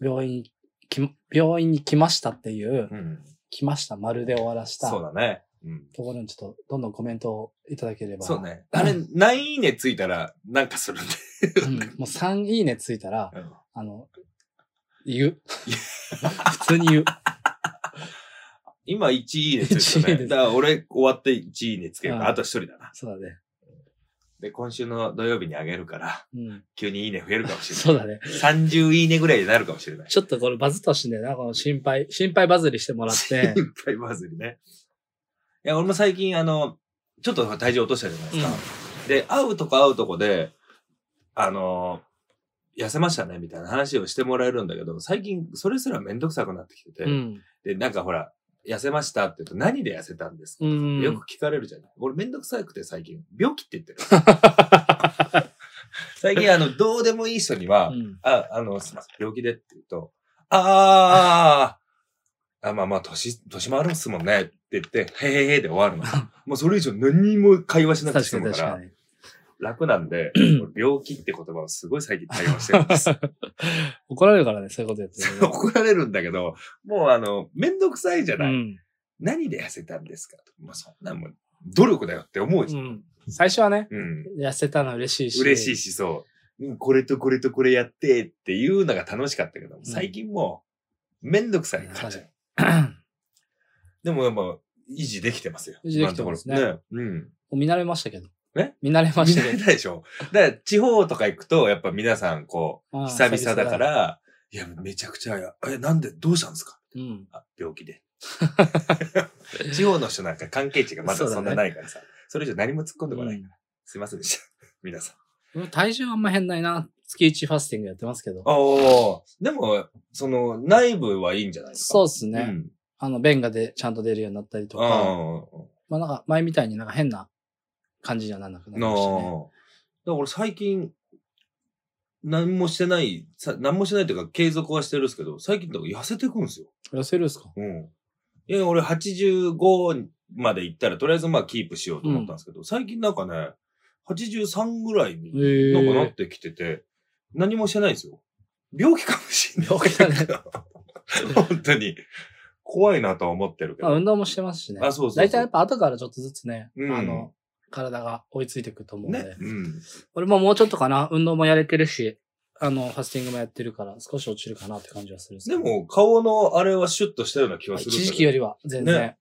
Speaker 3: 病院きま、病院に来ましたっていう
Speaker 2: う、ん。
Speaker 3: 来ました、丸で終わらした。
Speaker 2: そうだね。うん。
Speaker 3: ところにちょっとどんどんコメントをいただければ。
Speaker 2: そうね。あれ、何いいねついたら、なんかするんで。
Speaker 3: うん。もう3いいねついたら、
Speaker 2: うん
Speaker 3: あの、言 う。普通に言う。
Speaker 2: 今1いいねついた
Speaker 3: 一いい
Speaker 2: ね。
Speaker 3: ね
Speaker 2: だから俺終わって1いいねつけるか
Speaker 3: うん
Speaker 2: ら、あと1人だな。
Speaker 3: そうだね。
Speaker 2: で、今週の土曜日にあげるから、
Speaker 3: うん。
Speaker 2: 急にいいね増えるかもしれない。
Speaker 3: そうだね。
Speaker 2: 30いいねぐらいになるかもしれない。
Speaker 3: ちょっとこれバズっとしいんだよな、この心配、心配バズりしても らって
Speaker 2: い。っぱいバズりね。いや、俺も最近、あの、ちょっと体重落としたじゃないですか。で、会うとこ会うとこで、あの、痩せましたね、みたいな話をしてもらえるんだけど、最近、それすらめんどくさくなってきてて、
Speaker 3: うん。
Speaker 2: で、なんかほら、痩せましたって言うと、何で痩せたんですか、
Speaker 3: うん。
Speaker 2: よく聞かれるじゃない。俺めんどくさくて最近、病気って言ってる。 最近、あの、どうでもいい人には、
Speaker 3: うん。
Speaker 2: あ、あの、すいません、病気でって言うと、あーあ、まあまあ、年、年もあるんすもんねって言って、へへへで終わるの。もうそれ以上何も会話しなくて
Speaker 3: 確
Speaker 2: 済
Speaker 3: かに
Speaker 2: む
Speaker 3: 確
Speaker 2: か、
Speaker 3: からに。
Speaker 2: 楽なんで、俺病気って言葉をすごい最近対応してるん です。
Speaker 3: 怒られるからね、そういうことやってると。
Speaker 2: 怒られるんだけど、もうあの、めんどくさいじゃ
Speaker 3: う
Speaker 2: ない。
Speaker 3: ん。
Speaker 2: 何で痩せたんですかとまあそんなもん、努力だよって思う
Speaker 3: う
Speaker 2: じゃん。
Speaker 3: ん。最初はね、
Speaker 2: うん。
Speaker 3: 痩せたの嬉しいし。
Speaker 2: 嬉しい し、
Speaker 3: し。
Speaker 2: そううん。これとこれとこれやってっていうのが楽しかったけど、最近もう、めんどくさい感じ。でもやっぱ、維持できてますよ。
Speaker 3: 維持できてますね
Speaker 2: 今のところうん。
Speaker 3: 見慣れましたけど。
Speaker 2: え
Speaker 3: 見慣れま
Speaker 2: 見
Speaker 3: した
Speaker 2: ら
Speaker 3: け
Speaker 2: れ
Speaker 3: ど
Speaker 2: ないでしょだから、地方とか行くと、やっぱ皆さん、こう、
Speaker 3: ああ。
Speaker 2: 久々だから、いや、めちゃくちゃ、え、なんで、どうしたんですか
Speaker 3: 久々だ。うん。
Speaker 2: あ、病気 で。地方の人なんか関係値がまだそんなないからさ、そ,、れ以上何も突っ込んでこないから。すいませんでした。 皆さん。
Speaker 3: うん体重はあんま変ないな。月1ファスティングやってますけど。
Speaker 2: ああ、でも、その、内部はいいんじゃないですか
Speaker 3: そう
Speaker 2: う
Speaker 3: っすね。あの、便がでちゃんと出るようになったりと
Speaker 2: うん。
Speaker 3: か。
Speaker 2: ああ。
Speaker 3: まあなんか、前みたいになんか変な感じにはなんなくなり
Speaker 2: なあ
Speaker 3: ましたね。
Speaker 2: だから俺最近、何もしてない、さ何もしてないというか継続はしてるんですけど、最近だから痩せてくんですよ。
Speaker 3: 痩せるんすか
Speaker 2: うん。いや、俺85まで行ったら、とりあえずまあキープしようと思ったんですけど、最近なんかね、83ぐらい
Speaker 3: ええ
Speaker 2: になんかなってきてて、何もしてないんですよ。病気かもしんない。
Speaker 3: 病気だね
Speaker 2: 本当に。怖いなとは思ってるけ
Speaker 3: まあ、運
Speaker 2: ど。
Speaker 3: 動もしてますしね。
Speaker 2: あそうそうそう
Speaker 3: 大体やっぱ後からちょっとずつね、
Speaker 2: うん
Speaker 3: あの、体が追いついてくると思うんで。
Speaker 2: ね。うん。
Speaker 3: 俺ももうちょっとかな、運動もやれてるし、あの、ファスティングもやってるから、少し落ちるかなって感じはするんですけ
Speaker 2: で
Speaker 3: ど、
Speaker 2: も、顔のあれはシュッとしたような気
Speaker 3: ま
Speaker 2: は
Speaker 3: あ
Speaker 2: するんだけど。
Speaker 3: 一時期よりは全然、
Speaker 2: ね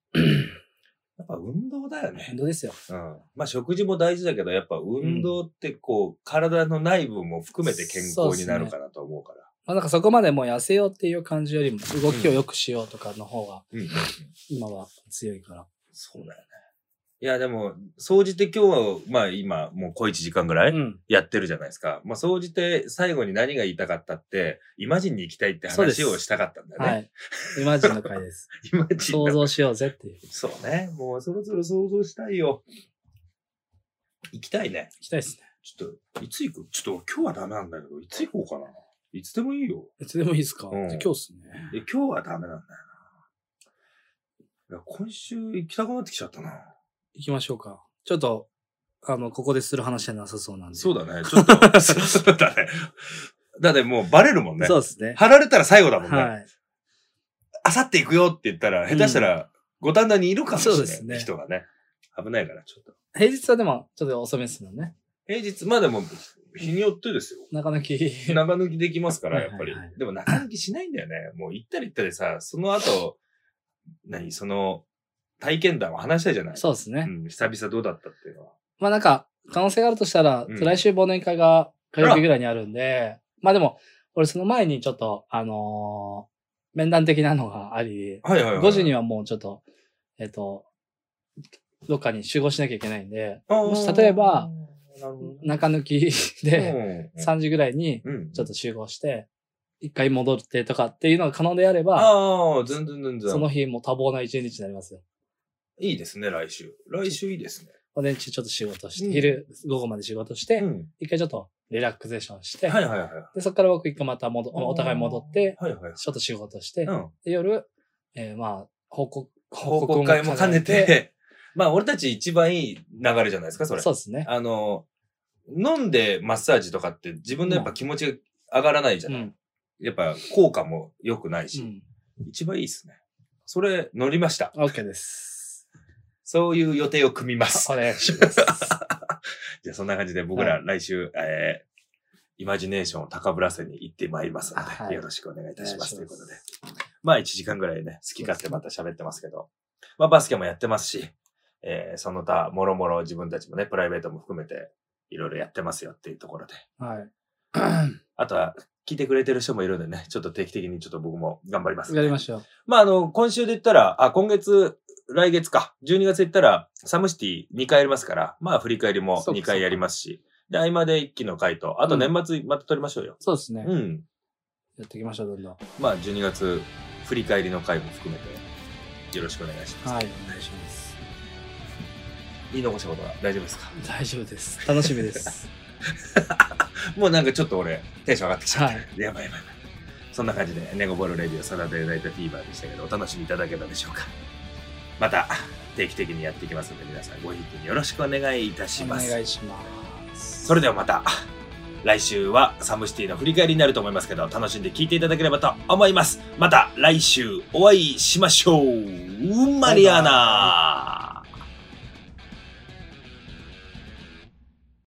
Speaker 2: やっぱ運動だよね
Speaker 3: 運。動ですよ。
Speaker 2: うん。まあ食事も大事だけど、やっぱ運動ってこう、体の内部も含めて健
Speaker 3: そうっ
Speaker 2: 康
Speaker 3: す
Speaker 2: に
Speaker 3: ね
Speaker 2: なるかなと思うから。
Speaker 3: まあなんかそこまでもう痩せようっていう感じよりも、動きを良くしようとかの方が、
Speaker 2: うん。
Speaker 3: 今は強いから。
Speaker 2: そうだよね。いや、でも、総じて今日は、まあ今、もう小1時間ぐらい
Speaker 3: うん。
Speaker 2: やってるじゃないですか。まあ総じて最後に何が言いたかったって、イマジンに行きたいって
Speaker 3: そうです
Speaker 2: 話をしたかったんだよ
Speaker 3: は
Speaker 2: ね。
Speaker 3: い。イマジンの回 です。
Speaker 2: イマジン
Speaker 3: 想
Speaker 2: だ。
Speaker 3: 像しようぜっていう。
Speaker 2: そうね。もうそろそろ想像したいよ。行きたいね。
Speaker 3: 行きたいですね。
Speaker 2: ちょっと、いつ行くちょっと今日はダメなんだけど、いつ行こうかな。いつでもいいよ。
Speaker 3: いつでもいいですか、
Speaker 2: うん
Speaker 3: じゃあ今日っすね。
Speaker 2: で今日はダメなんだよな。いや今週行きたくなってきちゃったな。
Speaker 3: 行きましょうか。ちょっと、あの、ここでする話じゃなさそうなんで。
Speaker 2: そうだ ね。ちょっと、そうだね。だってもうバレるもんね。
Speaker 3: そうですね。
Speaker 2: 貼られたら最後だもんね。
Speaker 3: はい。
Speaker 2: あさって行くよって言ったら、下手したら、五反田にいるかもしれ
Speaker 3: そうです
Speaker 2: な
Speaker 3: ね
Speaker 2: い人がね。危ないから、ちょっと。
Speaker 3: 平日はでも、ちょっと遅めですもんね。
Speaker 2: 平日、まあでも、日によってですよ。
Speaker 3: 中抜き。
Speaker 2: 長抜きできますから、やっぱり
Speaker 3: はいはいは。
Speaker 2: でも長抜きしないんだよね。もう行ったり行ったりさ、その後、何その、体験談を話したいじゃない
Speaker 3: そうですね。
Speaker 2: うん、久々どうだったっていうのは。
Speaker 3: まあなんか、可能性があるとしたら、
Speaker 2: うん
Speaker 3: 来週忘年会が火曜日ぐらいにあるんで、まあでも、俺その前にちょっと、あのー面談的なのがあり、
Speaker 2: はいはいはい。
Speaker 3: 5時にはもうちょっと、えっ、と、どっかに集合しなきゃいけないんで、
Speaker 2: あー、
Speaker 3: もし例えば
Speaker 2: なるほどね、
Speaker 3: 中抜きで
Speaker 2: うん
Speaker 3: 3時ぐらいに
Speaker 2: うん
Speaker 3: ちょっと集合して、一回戻ってとかっていうのが可能であれば、
Speaker 2: ああ、全然全然。
Speaker 3: その日も多忙な一日になりますよ。
Speaker 2: いいですね、来週。来週いいですね。
Speaker 3: 午前中ちょっと仕事して、
Speaker 2: うん
Speaker 3: 昼、午後まで仕事して、
Speaker 2: うん。
Speaker 3: 一回ちょっとリラクゼーションして、
Speaker 2: はいはいはい。
Speaker 3: で、そこから僕一回また戻、お互い戻って、
Speaker 2: はいはい。
Speaker 3: ちょっと仕事して、
Speaker 2: うん。
Speaker 3: で夜、えーまあ、報告、
Speaker 2: 報告会も兼ね。て、 まあ俺たち一番いい流れじゃないですか、それ。
Speaker 3: そうですね。
Speaker 2: あの、飲んでマッサージとかって自分のやっぱ気持ちが上がらないじゃ
Speaker 3: う
Speaker 2: ない、
Speaker 3: ん。
Speaker 2: やっぱ効果も良くないうし、
Speaker 3: ん。
Speaker 2: 一番いいですね。それ乗りました。
Speaker 3: OK です。
Speaker 2: そういう予定を組みます
Speaker 3: お。願いし ます。
Speaker 2: じゃあそんな感じで僕ら来週、えーイマジネーションを高ぶらせに行ってまいりますので、
Speaker 3: はい
Speaker 2: よろしくお願いいたしますとい
Speaker 3: お願いうし
Speaker 2: こ
Speaker 3: ま
Speaker 2: と
Speaker 3: す
Speaker 2: で。まあ1時間ぐらいね、好き勝手また喋ってますけど、まあバスケもやってますし、えーその他、もろもろ自分たちもね、プライベートも含めて、いろいろやってますよっていうところで。
Speaker 3: はい。
Speaker 2: あとは、聞いてくれてる人もいるんでね、ちょっと定期的にちょっと僕も頑張ります。
Speaker 3: やりましょう。
Speaker 2: まあ、あの、今週で言ったら、あ、今月、来月か、12月で言ったら、サムシティ2回やりますから、まあ、振り返りも
Speaker 3: そうか
Speaker 2: 2回やりますし、で、合間で1期の回と、あと年末また撮りましょうよ。
Speaker 3: そうですね。
Speaker 2: うん。
Speaker 3: やっていきましょう、どんどん。
Speaker 2: まあ、12月、振り返りの回も含めて、よろしくお願いします。
Speaker 3: はい。お願いします。
Speaker 2: 言い残したことは大丈夫ですか
Speaker 3: 大丈夫です。楽し みです。
Speaker 2: もうなんかちょっと俺、テンション上がってきちゃった。
Speaker 3: は
Speaker 2: やばいやばいやばい。そんな感じで、ネゴボールレディオサタデーナイトフィーバーでしたけど、お楽しみいただけたでしょうか。また、定期的にやっていきますので、皆さんご引きによろしくお願いいたし
Speaker 3: お
Speaker 2: ます。
Speaker 3: 願いします。
Speaker 2: それではまた来週はサムシティの振り返りになると思いますけど楽しんで聞いていただければと思いますまた来週お会いしましょうマリアーナ